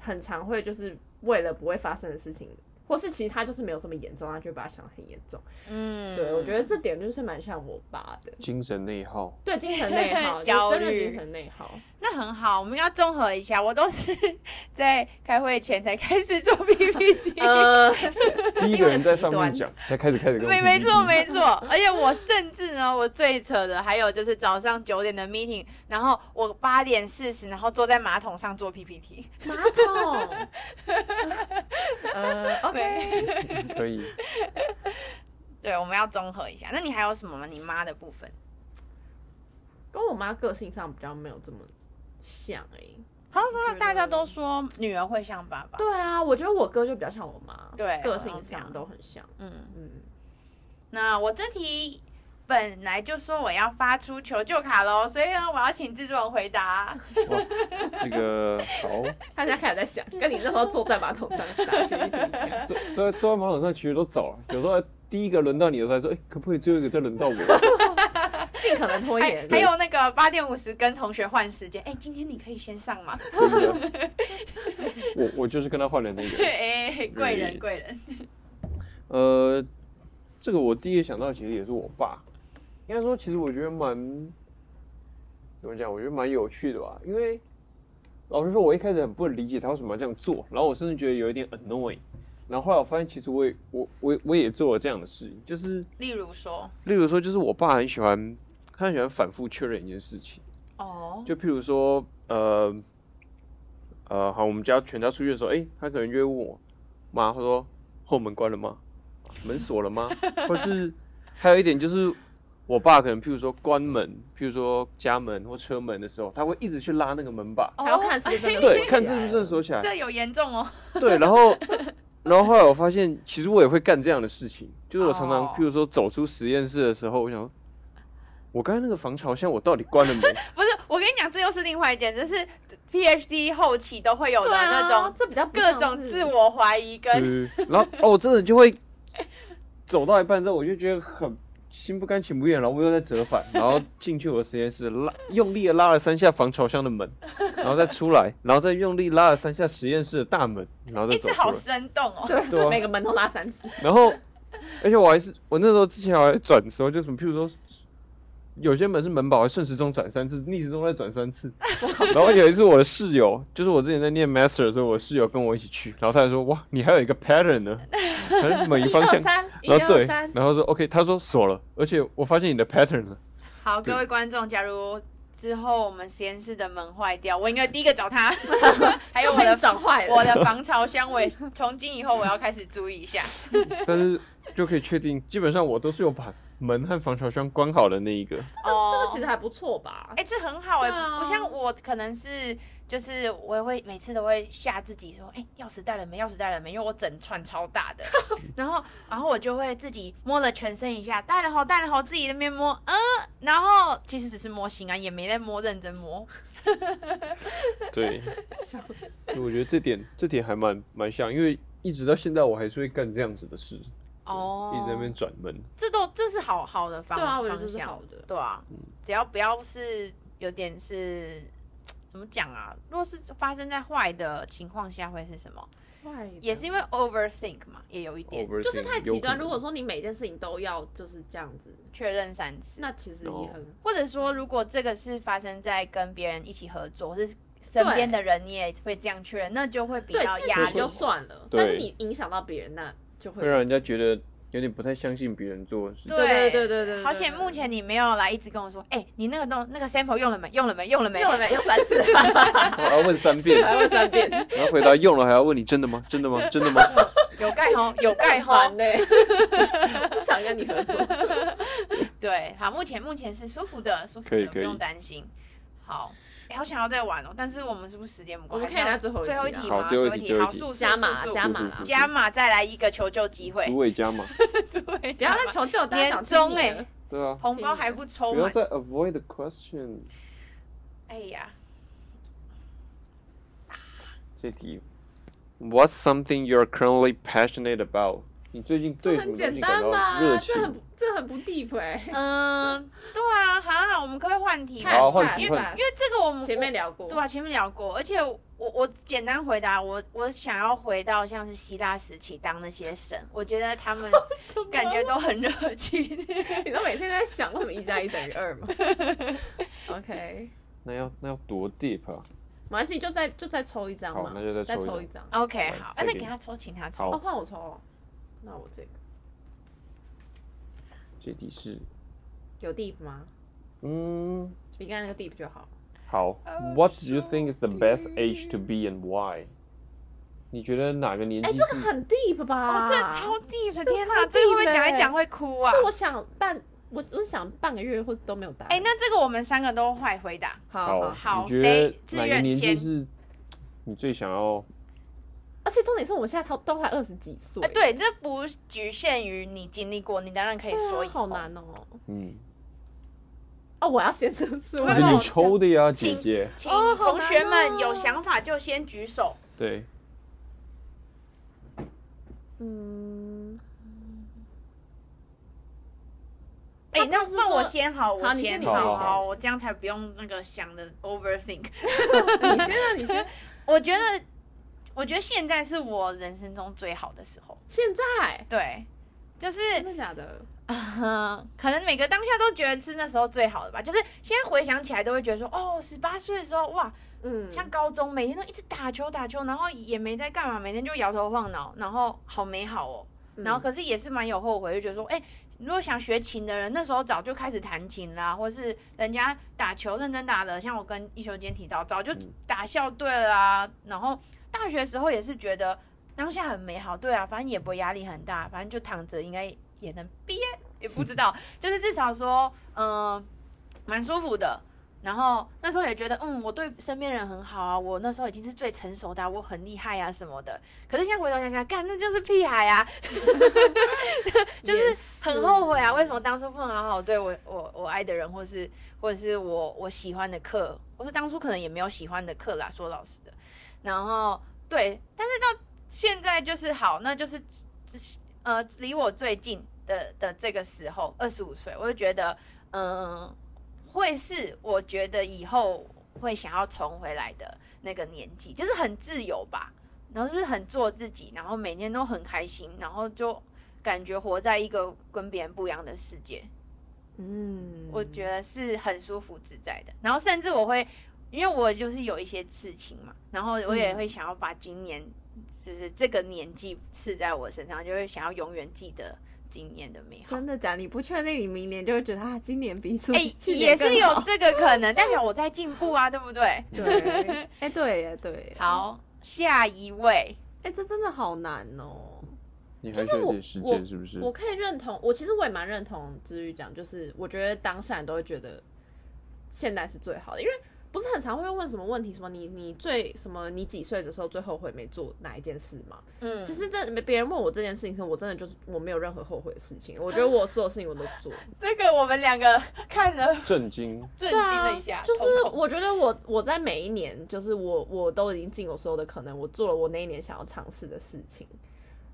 Speaker 3: 很常会就是为了不会发生的事情，或是其实他就是没有这么严重，他就会把它想得很严重。
Speaker 2: 嗯，
Speaker 3: 对，我觉得这点就是蛮像我爸的，
Speaker 4: 精神 内耗，
Speaker 3: 对精神内耗，
Speaker 2: 焦
Speaker 3: 就真的
Speaker 2: 虑
Speaker 3: 精神内耗。
Speaker 2: 那很好。我们要综合一下，我都是在开会前才开始做 PPT。
Speaker 3: 呃，
Speaker 4: 第一个人在上面讲，才开始开始跟我
Speaker 2: 没没错没错，而且我甚至呢，我最扯的还有就是早上九点的 meeting，然后我八点四十，然后坐在马桶上做 PPT，
Speaker 3: 马桶， 呃，OK，
Speaker 4: 错， 可以。
Speaker 2: 对，我们要综合一下。那你还有什么吗？你妈的部分
Speaker 3: 跟我妈个性上比较没有这么像哎、
Speaker 2: 好像说
Speaker 3: 得
Speaker 2: 大家都说女儿会像爸爸，
Speaker 3: 对啊，我觉得我哥就比较像我妈，
Speaker 2: 对
Speaker 3: 个
Speaker 2: 我
Speaker 3: 性
Speaker 2: 都这
Speaker 3: 上
Speaker 2: 样
Speaker 3: 都很像。
Speaker 2: 嗯，
Speaker 3: 嗯，
Speaker 2: 那我这题本来就说我要发出求救卡喽，所以呢，我要请制作人回答。
Speaker 4: 哇，这个好，
Speaker 3: 他现在开始在想，跟你那时候坐在马桶上打拳一 样
Speaker 4: 坐坐在坐在马桶上其实都早了，有时候第一个轮到你的时候，还说，哎、可不可以最后一个再轮 到我？
Speaker 3: 尽可能拖
Speaker 2: 还
Speaker 3: 延。
Speaker 2: 还有那个八点五十跟同学换时间，哎、今天你可以先上 吗？
Speaker 4: 真的，我我就是跟他换的那个。
Speaker 2: 哎、贵人贵人，
Speaker 4: 呃，这个我第一个想到其实也是我爸。应该说，其实我觉得蛮怎么讲？我觉得蛮有趣的吧。因为老实说，我一开始很不理解他为什么要这样做，然后我甚至觉得有一点 annoying。然后后来我发现，其实我也我我我也做了这样的事情，就是
Speaker 2: 例如说，
Speaker 4: 例如说，就是我爸很喜欢，他很喜欢反复确认一件事情。
Speaker 2: 哦，
Speaker 4: 就譬如说，呃，呃，好，我们家全家出去的时候，哎、他可能就会问我妈，他说后门关了吗？门锁了吗？ 或是还有一点就是，我爸可能譬如说关门，譬如说家门或车门的时候，他会一直去拉那个门把，
Speaker 3: 哦还要看是不是真的
Speaker 4: 对
Speaker 3: 锁，起
Speaker 4: 看
Speaker 3: 来
Speaker 4: 是不
Speaker 3: 了
Speaker 4: 是锁起来。
Speaker 2: 哎这有严重哦，
Speaker 4: 对，然后，然后后来我发现，其实我也会干这样的事情，就是我常常，
Speaker 2: 哦
Speaker 4: 譬如说走出实验室的时候，我想说，我刚才那个防潮箱我到底关了没？
Speaker 2: 不是，我跟你讲，这又是另外一件，这是 PhD 后期都会有的
Speaker 3: 对啊，
Speaker 2: 那种
Speaker 3: 这比较不
Speaker 2: 各
Speaker 3: 像
Speaker 2: 种
Speaker 3: 是
Speaker 2: 自我怀疑跟
Speaker 4: 对，然后哦，我真的就会走到一半之后，我就觉得很心不甘情不愿，然后我又在折返，然后进去我的实验室拉，用力的拉了三下防潮箱的门，然后再出来，然后再用力拉了三下实验室的大门，然后再
Speaker 2: 一
Speaker 4: 走
Speaker 2: 直
Speaker 4: 出
Speaker 2: 哎好
Speaker 4: 来。
Speaker 2: 生动哦。
Speaker 3: 对，
Speaker 4: 对啊
Speaker 3: 每个门都拉三次。
Speaker 4: 然后，而且我还是我那时候之前还转的时候，就什么，譬如说有些门是门把，我顺时钟转三次，逆时钟再转 三次。然后有一次我的室友，就是我之前在念 master 的时候，我室友跟我一起去，然后他还说哇，你还有一个 pattern 呢，还是每一方
Speaker 3: 二
Speaker 4: 向。
Speaker 3: 三，一
Speaker 4: 然后对
Speaker 3: 二，三，
Speaker 4: 然后说 OK，他说锁了，而且我发现你的 pattern 了。
Speaker 2: 好，各位观众，假如之后我们实验室的门坏掉，我应该第一个 找他。还有我
Speaker 3: 终于
Speaker 2: 的
Speaker 3: 转坏了，
Speaker 2: 我的防潮箱，我也从今以后我要开始注意一下。
Speaker 4: 但是就可以确定，基本上我都是有把门和防潮箱关好的那一个。
Speaker 2: 哦
Speaker 3: 这个其实还不错吧
Speaker 2: 哎、？这很好哎、
Speaker 3: 对啊
Speaker 2: 不不像我可能是就是我也会每次都会吓自己说，哎、钥匙带了没？钥匙带了没？因为我整串超大 的，然后然后我就会自己摸了全身一下，带了好，带了好，自己在那边摸，嗯，然后其实只是摸心啊，也没在摸认真摸。
Speaker 4: 对，
Speaker 2: 哎
Speaker 3: 笑死
Speaker 4: 我觉得这点这点还蛮蛮像，因为一直到现在我还是会干这样子的事，
Speaker 2: 哦，
Speaker 4: 一直在那边转门。
Speaker 2: 这都这是好好的方
Speaker 3: 对啊，我觉得这
Speaker 2: 方
Speaker 3: 是
Speaker 2: 向
Speaker 3: 好，的。
Speaker 2: 对啊，只要不要是有点是怎么讲啊？如果是发生在坏的情况下，会是什么？
Speaker 3: 坏的
Speaker 2: 也是因为 overthink 嘛，也有一点
Speaker 4: Overthink，
Speaker 3: 就是太极端。
Speaker 4: 有可能
Speaker 3: 如果说你每件事情都要就是这样子，
Speaker 2: 确认三次，
Speaker 3: 那其实也很
Speaker 2: 或者说如果这个是发生在跟别人一起合作，或是身边的人你也会这样确认，那就会比
Speaker 3: 对
Speaker 2: 较
Speaker 3: 自
Speaker 2: 压
Speaker 3: 己
Speaker 2: 力。
Speaker 3: 就算了，
Speaker 4: 对
Speaker 3: 但是你影响到别人，那就会
Speaker 4: 会让人家觉得有点不太相信别人做的事情。
Speaker 3: 对对
Speaker 2: 对
Speaker 3: 对对对，
Speaker 2: 好险，目前你没有来一直跟我说，哎、你那个东那个 sample 用了没？用了没？用了没？
Speaker 3: 用了没？用三次，
Speaker 4: 我要问三 遍，
Speaker 3: 还问三遍，
Speaker 4: 然后回答用了还要问你真的 吗？真的吗？真的吗？
Speaker 2: 有盖吼，有 盖
Speaker 3: 太
Speaker 2: 哦吼。
Speaker 3: 烦嘞， 不想跟你合作。
Speaker 2: 对，好，目前目前是舒服的，舒服
Speaker 4: 可以
Speaker 2: 的，
Speaker 4: 可
Speaker 2: 不
Speaker 4: 以
Speaker 2: 用担心。好，哎好想要再玩哦，但是我们是不是时间不够？
Speaker 3: 我们可以
Speaker 2: 还是要
Speaker 3: 拿最后一
Speaker 2: 最后一
Speaker 3: 题啊
Speaker 2: 题
Speaker 4: 好
Speaker 2: 吗？
Speaker 4: 最后一
Speaker 2: 后
Speaker 4: 题最后一
Speaker 2: 好，
Speaker 4: 题
Speaker 2: 速速
Speaker 3: 加码
Speaker 2: 速速
Speaker 3: 加码啦，
Speaker 2: 加码，再来一个求救机 会
Speaker 4: 主。委加嘛？
Speaker 2: 对，
Speaker 3: 不要再求救，大家想听你的
Speaker 2: 年终欸
Speaker 4: 对啊，
Speaker 2: 红包还不抽
Speaker 4: 不要
Speaker 2: 满，
Speaker 4: 再 avoid the question。
Speaker 2: 哎呀，
Speaker 4: 这题，What's something you're currently passionate about？你最近对
Speaker 3: 这
Speaker 4: 什么
Speaker 3: 很
Speaker 4: 东
Speaker 3: 简
Speaker 4: 西感
Speaker 3: 单
Speaker 4: 到
Speaker 3: 吧？
Speaker 4: 热
Speaker 3: 这很
Speaker 4: 情？
Speaker 3: 不这很不 deep 哎。
Speaker 2: 嗯，对啊，哈，我们可不可以换题吧，
Speaker 4: 好啊
Speaker 2: 因
Speaker 4: 换
Speaker 3: 吧
Speaker 4: 题
Speaker 2: 因
Speaker 4: 换
Speaker 2: 为这个我们
Speaker 3: 前面聊过，
Speaker 2: 对啊，前面聊过，而且我我简单回答，我我想要回到像是希腊时期当那些神，我觉 得他们感觉都很热情。
Speaker 3: 你都每天在想为什么一加一等于二 吗？OK，
Speaker 4: 那要那要多 deep 啊？
Speaker 3: 马来西亚就再就再抽一张嘛，
Speaker 4: 好那就
Speaker 3: 再
Speaker 4: 再抽一张
Speaker 3: 抽一张。
Speaker 2: OK，
Speaker 4: 好
Speaker 2: 好，
Speaker 4: 再
Speaker 2: 那
Speaker 4: 给
Speaker 2: 给
Speaker 4: 你
Speaker 2: 他抽，请他抽。
Speaker 3: 哦，
Speaker 4: 好，
Speaker 3: 换我抽哦，那我这个
Speaker 4: 这题是，
Speaker 3: 有 deep 吗？
Speaker 4: 嗯，
Speaker 3: 比刚才那个 deep 就好。
Speaker 4: 好，What do you think is the best age to be and why？你觉得哪个年
Speaker 3: 哎、
Speaker 4: 纪
Speaker 3: 这个
Speaker 4: 是
Speaker 3: 很 deep 吧？
Speaker 2: 哦，这超 deep 的，天
Speaker 3: 超
Speaker 2: 哪，
Speaker 3: deep
Speaker 2: 这个会不会讲
Speaker 3: 的
Speaker 2: 一讲会哭啊？
Speaker 3: 这我想半，我我想半个月或都没有答案。
Speaker 2: 哎，那这个我们三个都坏回答。
Speaker 3: 好好好，
Speaker 2: 好
Speaker 4: 你觉得
Speaker 2: 谁志
Speaker 4: 哪个
Speaker 2: 愿
Speaker 4: 年纪
Speaker 2: 先
Speaker 4: 是你最想要？
Speaker 3: 而且重点是我们现在都都才二十几岁、
Speaker 2: 哎，对，这不局限于你经历过，你当然可以
Speaker 3: 对啊，
Speaker 2: 说以后
Speaker 3: 好。难哦。
Speaker 4: 嗯，
Speaker 3: 哦，我要先是不是？我
Speaker 2: 没有
Speaker 4: 你抽的呀，姐
Speaker 2: 请
Speaker 4: 姐。
Speaker 2: 请
Speaker 3: 哦好
Speaker 2: 同学
Speaker 3: 难
Speaker 2: 们
Speaker 3: 哦
Speaker 2: 有想法就先举手。
Speaker 4: 对，
Speaker 3: 嗯，
Speaker 2: 哎、
Speaker 3: 他
Speaker 2: 那
Speaker 3: 他是
Speaker 2: 那我
Speaker 3: 说
Speaker 2: 先好，我
Speaker 3: 好你
Speaker 2: 先
Speaker 3: 先
Speaker 4: 你先
Speaker 2: 好
Speaker 4: 你先
Speaker 2: 我这样才不用那个想的 overthink。
Speaker 3: 你先啊，你先。
Speaker 2: 我觉得，我觉得现在是我人生中最好的时候。
Speaker 3: 现在
Speaker 2: 对，就是、
Speaker 3: 真的假的？
Speaker 2: 嗯，可能每个当下都觉得是那时候最好的吧。就是现在回想起来，都会觉得说，哦，十八岁的时候，哇，
Speaker 3: 嗯，
Speaker 2: 像高中每天都一直打球打球，然后也没在干嘛，每天就摇头晃脑，然后好美好哦。然后可是也是蛮有后悔，就觉得说，哎、如果想学琴的人，那时候早就开始弹琴啦，或是人家打球认真打的，像我跟一休今天提到，早就打校队啦、然后大学时候也是觉得当下很美好，对啊，反正也不会压力很大，反正就躺着应该也能毕业，也不知道，就是至少说，嗯、蛮舒服的。然后那时候也觉得，嗯，我对身边人很好啊，我那时候已经是最成熟的啊、我很厉害啊什么的。可是现在回头想想，干那就是屁孩啊，
Speaker 3: 就是
Speaker 2: 很后悔啊！为什么当初不能好好对我我我爱的人，或是或者是我我喜欢的课，我是当初可能也没有喜欢的课啦，说老实的。然后对，但是到现在就是好，那就是呃离我最近的的这个时候，二十五岁，我就觉得嗯、会是我觉得以后会想要重回来的那个年纪，就是很自由吧，然后就是很做自己，然后每天都很开心，然后就感觉活在一个跟别人不一样的世界。
Speaker 3: 嗯，
Speaker 2: 我觉得是很舒服自在的。然后甚至我会，因为我就是有一些事情嘛，然后我也
Speaker 3: 嗯
Speaker 2: 会想要把今年，就是这个年纪刺在我身上，就会想要永远记得今年的美好。
Speaker 3: 真的假的？你不确定你明年就会觉得啊，今年比出
Speaker 2: 哎、
Speaker 3: 去
Speaker 2: 也
Speaker 3: 年更
Speaker 2: 是有
Speaker 3: 好
Speaker 2: 这个可能，代表我在进步啊，对不对？
Speaker 3: 对，哎，对耶，对耶，
Speaker 2: 好，下一位，
Speaker 3: 哎，这真的好难哦。
Speaker 4: 你
Speaker 3: 就
Speaker 4: 还
Speaker 3: 是
Speaker 4: 是有
Speaker 3: 我
Speaker 4: 点时
Speaker 3: 我
Speaker 4: 间，是不是？
Speaker 3: 我可以认同，我其实我也蛮认同子瑜讲，就是我觉得当下你都会觉得现在是最好的，因为不是很常会问什么问题，什么你你最什么你几岁的时候最后悔没做哪一件事吗？
Speaker 2: 嗯，
Speaker 3: 其实这别人问我这件事情的时候，我真的就是我没有任何后悔的事情，我觉得我所有事情我都做，
Speaker 2: 这个我们两个 看了
Speaker 4: 震惊，
Speaker 2: 震
Speaker 3: 对
Speaker 2: 惊了一下，
Speaker 3: 啊。就是
Speaker 2: 瞳孔
Speaker 3: 我觉得我我在每一年，就是我我都已经尽我所有的可能，我做了我那一年想要尝试的事情，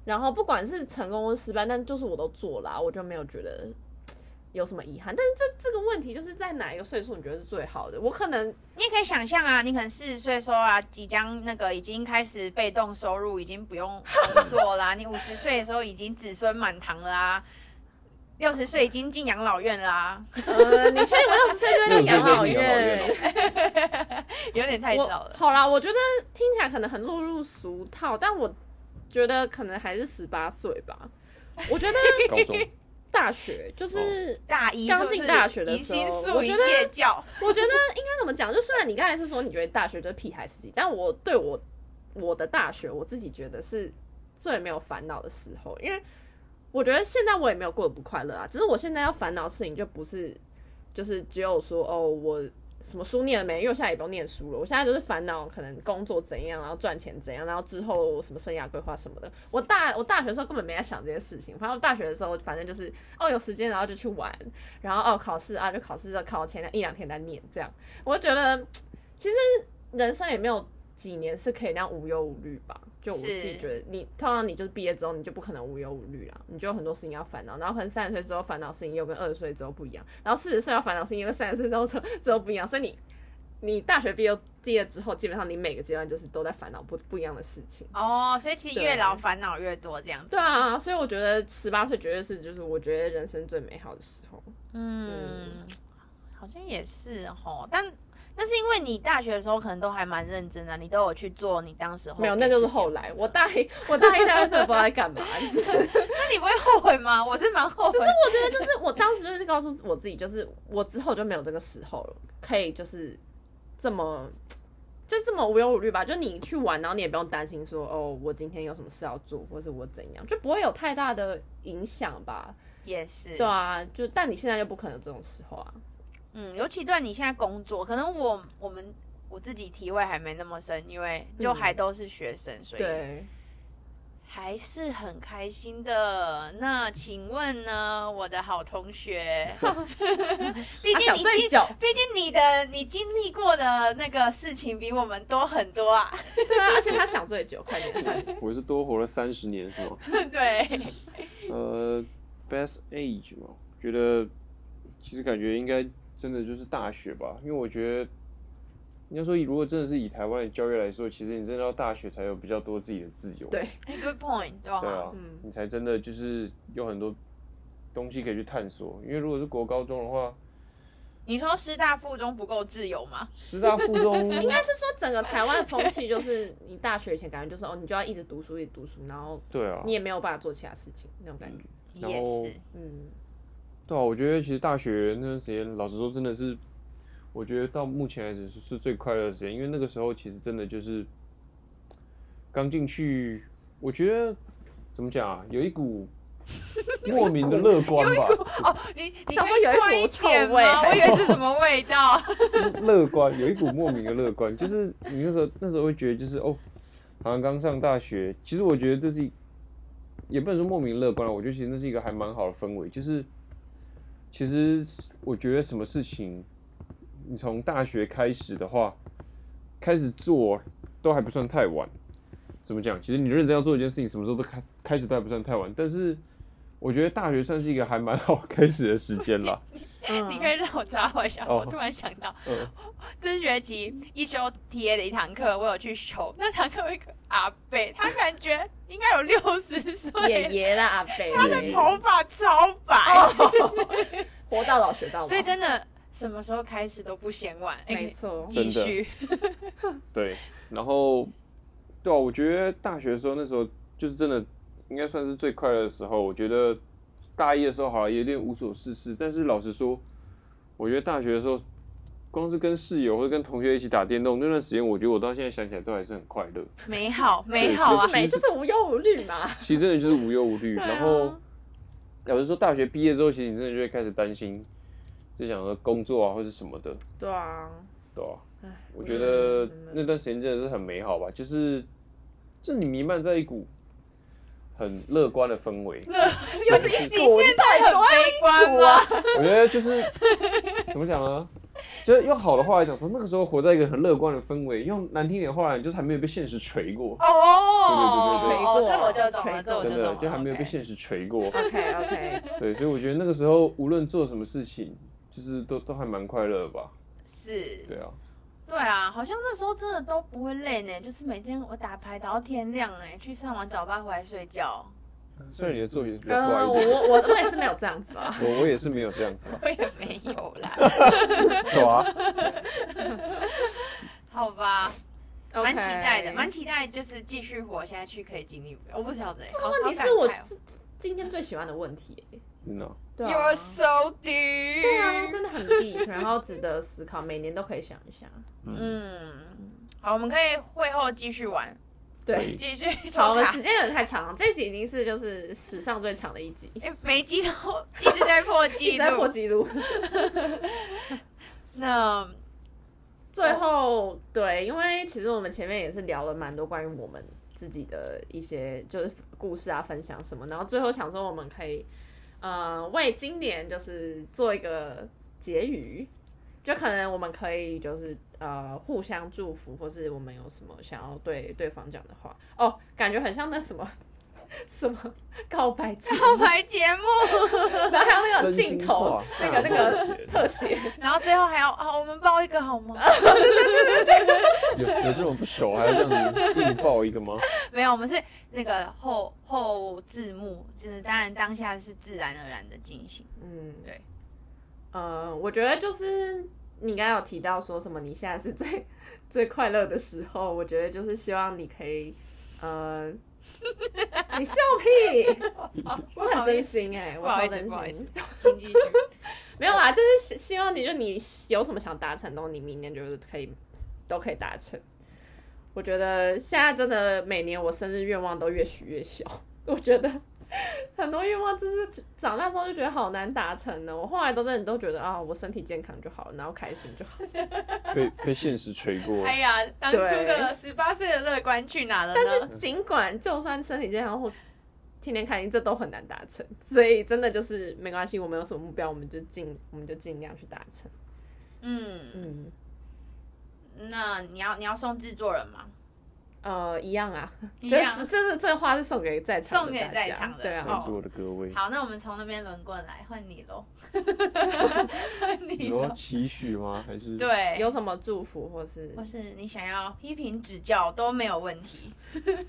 Speaker 3: 然后不管是成功或失败，但就是我都做了啊、我就没有觉得嘖有什么遗憾。但是这这个问题就是在哪一个岁数你觉得是最好的？我可能
Speaker 2: 你也可以想象啊，你可能四十岁的时候啊，即将那个已经开始被动收入，已经不用工 作啦、你五十岁的时候已经子孙满堂啦、六十岁已经进养老院啦、
Speaker 3: 呃，你确定我六十岁就会啊
Speaker 4: 六
Speaker 3: 在
Speaker 4: 十岁
Speaker 3: 养老
Speaker 4: 就去养老院哦
Speaker 3: 院哦
Speaker 4: 了？
Speaker 2: 有点太
Speaker 3: 我
Speaker 2: 早了。
Speaker 3: 好啦，我觉得听起来可能很落入俗套，但我觉得可能还是十八岁吧。我觉得
Speaker 4: 高中
Speaker 3: 大学
Speaker 4: 哦
Speaker 3: 就是
Speaker 2: 大一
Speaker 3: 刚进大学的时候
Speaker 2: 迎新宿
Speaker 3: 我
Speaker 2: 营
Speaker 3: 觉得
Speaker 2: 夜教，
Speaker 3: 我觉得应该怎么讲？就虽然你刚才是说你觉得大学就是屁孩时期，但我对我我的大学，我自己觉得是最没有烦恼的时候，因为我觉得现在我也没有过得不快乐啊，只是我现在要烦恼的事情就不是就是只有说哦我。什么书念了没？因为我现在也不用念书了，我现在就是烦恼可能工作怎样，然后赚钱怎样，然后之后我什么生涯规划什么的。我大我大学的时候根本没在想这些事情，反正我大学的时候反正就是哦有时间然后就去玩，然后哦考试啊，就考试就考前一两天再念这样。我就觉得其实人生也没有几年是可以那样无忧无虑吧。就我自己
Speaker 2: 是
Speaker 3: 觉得你，通常你就是毕业之后你就不可能无忧无虑啦，你就有很多事情要烦恼，然后可能三十岁之后烦恼事情又跟二十岁之后不一样，然后四十岁要烦恼事情又跟三十岁之后之后之后不一样，所以你。你大学毕业毕业之后，基本上你每个阶段就是都在烦恼不不一样的事情。
Speaker 2: 哦，所以其实越
Speaker 3: 对
Speaker 2: 老烦恼越多这样子。
Speaker 3: 对啊，所以我觉得十八岁绝对是就是我觉得人生最美好的时候。
Speaker 2: 嗯，好像也是哦，但那是因为你大学的时候可能都还蛮认真的，你都有去做你当时候
Speaker 3: 没有，
Speaker 2: 给
Speaker 3: 那就是
Speaker 2: 自己的
Speaker 3: 后来。我大一，我大一、大二真的不知道在干嘛。 就是
Speaker 2: 那你不会后悔吗？我是蛮后悔
Speaker 3: 可是。我觉得，就是我当时就是告诉我自己，就是我之后就没有这个时候了，可以就是这么就这么无忧无虑吧。就你去玩，然后你也不用担心说哦，我今天有什么事要做，或是我怎样，就不会有太大的影响吧。
Speaker 2: 也是，
Speaker 3: 对啊，就但你现在就不可能有这种时候啊。
Speaker 2: 嗯，尤其对你现在工作，可能我我们我自己体会还没那么深，因为就还都是学生，所以
Speaker 3: 嗯对，
Speaker 2: 还是很开心的。那请问呢，我的好 同学，毕
Speaker 3: 他
Speaker 2: 竟
Speaker 3: 想
Speaker 2: 你
Speaker 3: 最
Speaker 2: 经，
Speaker 3: 久，
Speaker 2: 毕竟你的你经历过的那个事情比我们多很多啊，
Speaker 3: 对啊，而且他想最久，快点，快点
Speaker 4: 我是多活了三十年，是吗？
Speaker 2: 对，
Speaker 4: 呃，best age 嘛，觉得其实感觉应该真的就是大学吧，因为我觉得应该说，如果真的是以台湾的教育来说，其实你真的到大学才有比较多自己的自由。
Speaker 3: 对，
Speaker 2: ，good point，对
Speaker 4: 对
Speaker 2: 吗？
Speaker 4: 啊，
Speaker 3: 嗯
Speaker 4: 你才真的就是有很多东西可以去探索。因为如果是国高中的话，
Speaker 2: 你说师大附中不够自由吗？
Speaker 4: 师大附中
Speaker 3: 应该是说整个台湾的风气就是，你大学以前感觉就是哦，你就要一直读书，一直读书，然后
Speaker 4: 对啊
Speaker 3: 你，也没有办法做其他事情那种感觉。
Speaker 4: 然
Speaker 2: 也
Speaker 4: 后
Speaker 2: 是，
Speaker 3: 嗯，
Speaker 4: 对啊，我觉得其实大学那段时间，老实说，真的是，我觉得到目前为止是是最快乐的时间，因为那个时候其实真的就是刚进去，我觉得怎么讲啊，有 一股莫名的乐观吧，
Speaker 2: 哦，你你
Speaker 3: 想
Speaker 2: 可
Speaker 3: 说
Speaker 2: 以
Speaker 3: 有一
Speaker 2: 快
Speaker 3: 股臭
Speaker 2: 点
Speaker 3: 味
Speaker 2: 吗我以为是什么味道。
Speaker 4: 乐观，有一股莫名的乐观，就是你那时候那时候会觉得就是哦，好像刚上大学，其实我觉得这是一也不能说莫名乐观了，我觉得其实那是一个还蛮好的氛围，就是其实我觉得什么事情，你从大学开始的话，开始做都还不算太晚。怎么讲？其实你认真要做一件事情，什么时候都开开始都还不算太晚，但是我觉得大学算是一个还蛮好开始的时间啦。
Speaker 3: 嗯
Speaker 2: 你可以让我插话一下，
Speaker 4: 哦
Speaker 2: 我突然想到，
Speaker 4: 嗯，
Speaker 2: 这学期一修 TA 的一堂课，我有去修，那堂课有一个阿贝，他感觉应该有六十
Speaker 3: 嗯爷
Speaker 2: 岁，
Speaker 3: 爷啦，阿北，
Speaker 2: 他的头发超白，
Speaker 3: 活到老学到老，
Speaker 2: 所以真的什么时候开始都不嫌晚。哎
Speaker 3: 没，错，
Speaker 2: 继续，
Speaker 4: 对，然后对啊，我觉得大学的时候那时候就是真的应该算是最快乐的时候。我觉得大一的时候好像有点无所事事，但是老实说，我觉得大学的时候光是跟室友或者跟同学一起打电动那段时间，我觉得我到现在想起来都还是很快乐。
Speaker 2: 美好美好啊
Speaker 4: 对，
Speaker 3: 没就是无忧无虑嘛。
Speaker 4: 其实真的就是无忧无 虑，
Speaker 3: 对啊
Speaker 4: 然后。老实说，大学毕业之后，其实你真的就会开始担心，就想说工作啊或是什么的，
Speaker 3: 对啊，
Speaker 4: 对吧、
Speaker 3: 唉
Speaker 4: 我觉得
Speaker 3: 嗯
Speaker 4: 那段时间真的是很美好吧，就是这里弥漫在一股很乐观的氛围。
Speaker 3: 又是一
Speaker 2: 你现在很悲观吗？
Speaker 4: 我觉得就是怎么讲呢？就是用好的话来讲，说那个时候活在一个很乐观的氛围；用难听点的话来讲，就是还没有被现实锤过，
Speaker 2: 哦，
Speaker 4: 对对对对
Speaker 2: 哦这我就懂
Speaker 3: 锤过
Speaker 2: 了，这我
Speaker 4: 真
Speaker 2: 就
Speaker 4: 的
Speaker 2: 懂
Speaker 4: 就还
Speaker 2: 了，
Speaker 4: 没有被
Speaker 2: OK。
Speaker 4: 现实锤过。
Speaker 3: OK
Speaker 2: 啊
Speaker 3: OK，
Speaker 4: 对，所以我觉得那个时候无论做什么事情，就是都都还蛮快乐的吧。
Speaker 2: 是，
Speaker 4: 对啊，
Speaker 2: 对啊，好像那时候真的都不会累呢，就是每天我打牌打到天亮哎，去上完早八回来睡觉。
Speaker 4: 虽然你的作品是比较怪
Speaker 3: 呃，
Speaker 4: 一
Speaker 3: 我
Speaker 4: 点，
Speaker 3: 我我我也是没有这样子啊。
Speaker 4: 我我也是没有这样子啊。
Speaker 2: 我也没有啦，
Speaker 4: 走啊！
Speaker 2: 好吧， 蛮
Speaker 3: OK
Speaker 2: 期待的，蛮期待，就是继续活下去可以经历。我不晓得、欸，这
Speaker 3: 问题是我今今天最喜欢的问题、欸。
Speaker 4: 真的啊，
Speaker 3: 对
Speaker 2: You
Speaker 3: 啊
Speaker 2: are，so deep，
Speaker 3: 对啊，真的很 deep，然后值得思考，每年都可以想一下。
Speaker 2: 嗯，好，我们可以会后继续玩，
Speaker 3: 对，
Speaker 2: 继续
Speaker 3: 好，
Speaker 2: 抽
Speaker 3: 我们
Speaker 2: 卡
Speaker 3: 时。间有点太长了，这一集已经是就是史上最长的一集，
Speaker 2: 哎，每集都 一直在破
Speaker 3: 一
Speaker 2: 纪
Speaker 3: 直在破
Speaker 2: 录。
Speaker 3: 纪录。
Speaker 2: 那
Speaker 3: 最后，对，因为其实我们前面也是聊了蛮多关于我们自己的一些就是故事啊、分享什么，然后最后想说我们可以，呃，为今年就是做一个结语，就可能我们可以就是呃互相祝福，或是我们有什么想要对对方讲的话。哦，感觉很像那什么 什么告白 节目，
Speaker 2: 后排节目，
Speaker 3: 然后还有那个
Speaker 4: 真
Speaker 3: 镜
Speaker 4: 心
Speaker 3: 头
Speaker 4: 话，
Speaker 3: 那个那个
Speaker 4: 大冒
Speaker 3: 特
Speaker 4: 险
Speaker 3: 写，
Speaker 2: 然后最后还要啊，我们报一个好 吗？
Speaker 4: 有有这种不熟还要这样子硬爆一个吗？
Speaker 2: 没有，我们是那个后后字幕，就是当然当下是自然而然的进行。
Speaker 3: 嗯，
Speaker 2: 对。
Speaker 3: 呃，我觉得就是你刚刚有提到说什么，你现在是最最快乐的时候，我觉得就是希望你可以，呃， 你笑屁，我很真心哎、
Speaker 2: 不
Speaker 3: 我
Speaker 2: 好
Speaker 3: 超
Speaker 2: 意思，不好意
Speaker 3: 真
Speaker 2: 思
Speaker 3: 心，，
Speaker 2: 请继续。
Speaker 3: 没有啦，就是希希望你就你有什么想达成的，你明年就是可以都可以达成。我觉得现在真的每年我生日愿望都越许越小， 我觉得很多愿望就是长大之后就觉得好难达成呢。我后来都真的都觉得啊，我身体健康就好了，然后开心就好。
Speaker 4: 被被现实锤过，
Speaker 2: 哎呀，当初的十八岁的乐观去哪了呢？
Speaker 3: 但是尽管就算身体健康或天天开心，这都很难达成，所以真的就是没关系，我们有什么目标，我们就尽我们就尽量去达成。
Speaker 2: 嗯，
Speaker 3: 嗯，
Speaker 2: 那你要你要送制作人吗？
Speaker 3: 呃，一样啊，
Speaker 2: 一
Speaker 3: 这
Speaker 2: 样
Speaker 3: 是这是这话是送给在场的
Speaker 2: 送给
Speaker 3: 大家
Speaker 2: 在场的哦
Speaker 3: 对
Speaker 4: 在
Speaker 3: 啊，
Speaker 4: 座的各位，
Speaker 2: 好，那我们从那边轮过来，换你 喽，换
Speaker 4: 你
Speaker 2: 你
Speaker 4: 有啊
Speaker 2: 喽。
Speaker 4: 期许吗？还是
Speaker 2: 对，
Speaker 3: 有什么祝福或是
Speaker 2: 或是你想要批评指教都没有问题，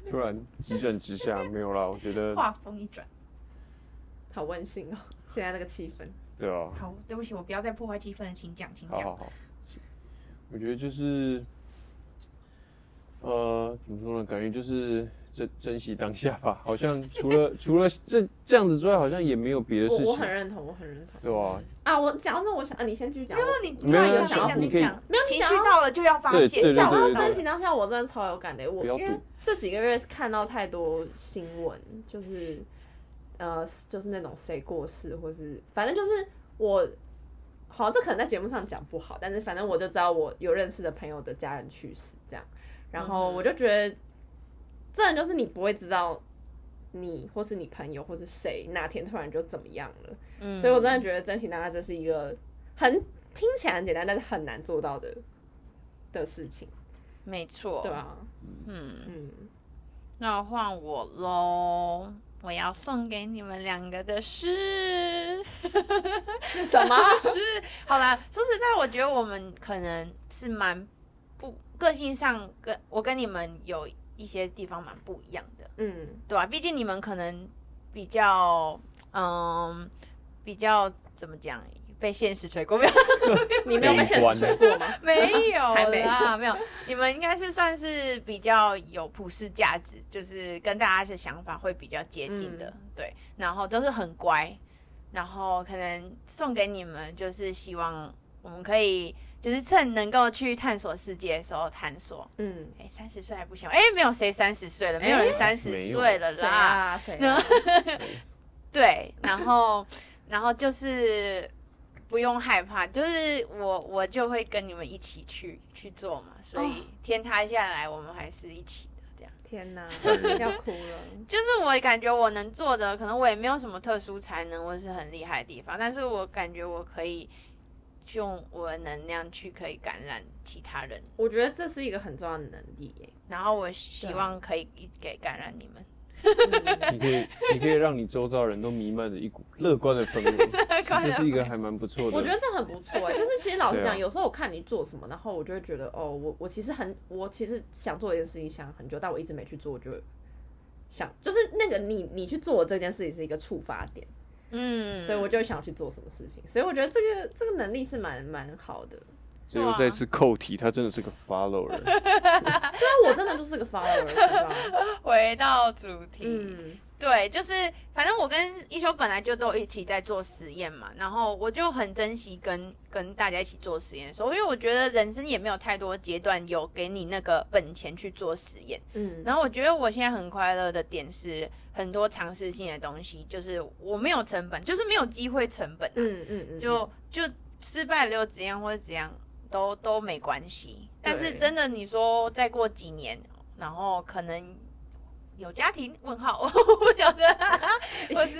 Speaker 4: 突然急转直下？没有啦，我觉得
Speaker 2: 话锋一转。
Speaker 3: 好温馨哦，现在那个气氛，
Speaker 4: 对啊，
Speaker 2: 好，对不起，我不要再破坏气氛了，请讲，请
Speaker 4: 好
Speaker 2: 讲。哦
Speaker 4: 好好，我觉得就是，呃，怎么说呢？感觉就是珍珍惜当下吧。好像除了除了这这样子之外，好像也没有别的
Speaker 3: 我
Speaker 4: 事
Speaker 3: 我
Speaker 4: 情
Speaker 3: 很，认同，我很认同
Speaker 4: 对吧？
Speaker 3: 啊！我讲到这，我想啊，你先继续讲，
Speaker 2: 没有
Speaker 3: 我
Speaker 2: 你，
Speaker 4: 没有
Speaker 2: 你
Speaker 3: 你想要
Speaker 2: 讲，
Speaker 4: 你可以
Speaker 2: 讲，
Speaker 3: 没有你
Speaker 2: 情
Speaker 3: 想
Speaker 2: 绪
Speaker 3: 要
Speaker 2: 到了就要发
Speaker 4: 对
Speaker 2: 泄，
Speaker 4: 对对
Speaker 2: 讲
Speaker 3: 讲
Speaker 2: 到
Speaker 3: 到
Speaker 4: 对
Speaker 3: 真情当下，我真的超有感的。我
Speaker 4: 不要
Speaker 3: 因
Speaker 4: 赌
Speaker 3: 为这几个月看到太多新闻，就是呃，就是那种谁过世，或是反正就是我，好，这可能在节目上讲不好，但是反正我就知道我有认识的朋友的家人去世这样，然后
Speaker 2: 嗯哼
Speaker 3: 我就觉得，这人就是你不会知道你或是你朋友或是谁哪天突然就怎么样了，
Speaker 2: 嗯
Speaker 3: 所以我真的觉得真情当下这是一个很听起来很简单，但是很难做到的的事情。
Speaker 2: 没错，
Speaker 3: 对啊，
Speaker 2: 嗯，
Speaker 3: 嗯，
Speaker 2: 那换我喽。我要送给你们两个的是
Speaker 3: 是什么？
Speaker 2: 是，好啦，说实在，我觉得我们可能是蛮不个性上跟我跟你们有一些地方蛮不一样的，
Speaker 3: 嗯，
Speaker 2: 对吧、毕竟你们可能比较嗯比较怎么讲，被现实锤过，没有
Speaker 3: 你没有被现实说过 吗？
Speaker 2: 没有
Speaker 3: 还没
Speaker 2: 啦，没有。你们应该是算是比较有普世价值，就是跟大家的想法会比较接近的，
Speaker 3: 嗯
Speaker 2: 对。然后都是很乖，然后可能送给你们，就是希望我们可以，就是趁能够去探索世界的时候探索。
Speaker 3: 嗯，
Speaker 2: 哎，三十岁还不行，哎，没有谁三十岁了，没有人三十
Speaker 4: 没有
Speaker 2: 岁了
Speaker 3: 谁
Speaker 2: 啦。
Speaker 3: 啊谁啊？
Speaker 2: 对，然后然后就是不用害怕，就是我我就会跟你们一起去去做嘛，所
Speaker 3: 哦
Speaker 2: 以天塌下来我们还是一起的这样。
Speaker 3: 天哪，要哭了。
Speaker 2: 就是我感觉我能做的，可能我也没有什么特殊才能或是很厉害的地方，但是我感觉我可以用我的能量去可以感染其他人，
Speaker 3: 我觉得这是一个很重要的能力耶。
Speaker 2: 然后我
Speaker 3: 啊
Speaker 2: 希望可以给感染你们。
Speaker 4: 你可以，你可以让你周遭人都弥漫着一股乐观的氛围，这是一个还蛮不错的。
Speaker 3: 我觉得这很不错哎、就是其实老实
Speaker 4: 对
Speaker 3: 讲，
Speaker 4: 啊
Speaker 3: 有时候我看你做什么，然后我就会觉得，哦，我我其实很，我其实想做一件事情，想很久，但我一直没去做，我就想，就是那个你你去做这件事情是一个触发点，
Speaker 2: 嗯，
Speaker 3: 所以我就想去做什么事情，所以我觉得这个这个能力是蛮蛮好的。
Speaker 4: 只有再次扣题，他真的是个 follower。
Speaker 3: 但我真的就是个 follower，你知道 吗
Speaker 2: 回到主题。
Speaker 3: 嗯，
Speaker 2: 对，就是反正我跟一休本来就都一起在做实验嘛，然后我就很珍惜跟跟大家一起做实验的时候，因为我觉得人生也没有太多阶段有给你那个本钱去做实验。
Speaker 3: 嗯，
Speaker 2: 然后我觉得我现在很快乐的点是，很多尝试性的东西，就是我没有成本，就是没有机会成本、啊，
Speaker 3: 嗯嗯嗯，
Speaker 2: 就就失败了又怎样或者怎样都都没关系。但是
Speaker 3: 对
Speaker 2: 真的，你说再过几年，然后可能有家庭？问号， 我不晓得，或是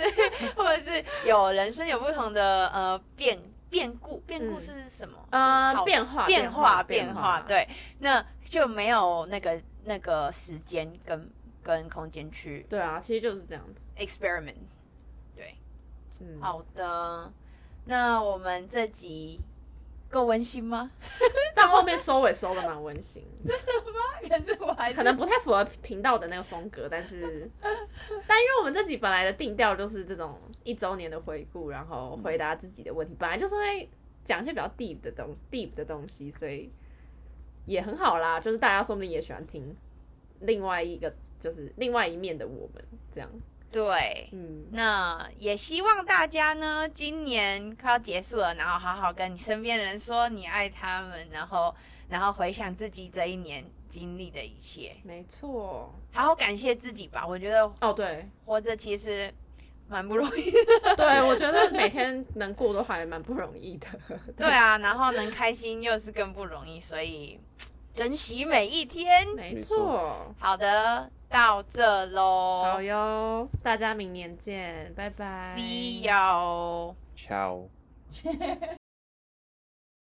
Speaker 2: 或者是有人生有不同的呃变变故，变故
Speaker 3: 嗯
Speaker 2: 是什么？
Speaker 3: 呃
Speaker 2: 是好
Speaker 3: 变化
Speaker 2: 变化变
Speaker 3: 化
Speaker 2: 化，，对，那就没有那个那个时间跟跟空间去
Speaker 3: 对啊，其实就是这样子。
Speaker 2: experiment。
Speaker 3: 嗯，
Speaker 2: 好的，那我们这集够温馨吗？
Speaker 3: 但后面收尾收的蛮温馨的。
Speaker 2: 可是我还
Speaker 3: 可能不太符合频道的那个风格，但 是，但因为我们这集本来的定调就是这种一周年的回顾，然后
Speaker 2: 嗯
Speaker 3: 回答自己的问题，本来就是会讲一些比较 deep 的东 deep 的东西，所以也很好啦。就是大家说不定也喜欢听另外一个，就是另外一面的我们这样。
Speaker 2: 对。
Speaker 3: 嗯，
Speaker 2: 那也希望大家呢，今年快要结束了，然后好好跟你身边人说你爱他们，然后然后回想自己这一年经历的一切，
Speaker 3: 没错。
Speaker 2: 好好感谢自己吧。我觉得
Speaker 3: 哦，对
Speaker 2: 活着其实蛮不容易，
Speaker 3: 对，我觉得每天能过都还蛮不容易的。
Speaker 2: 对啊，然后能开心又是更不容易，所以珍惜每一天。
Speaker 3: 没
Speaker 4: 没
Speaker 3: 错
Speaker 4: 错。
Speaker 2: 好的，到这喽，
Speaker 3: 好哟，大家明年见，拜拜。
Speaker 2: See you.
Speaker 4: Ciao。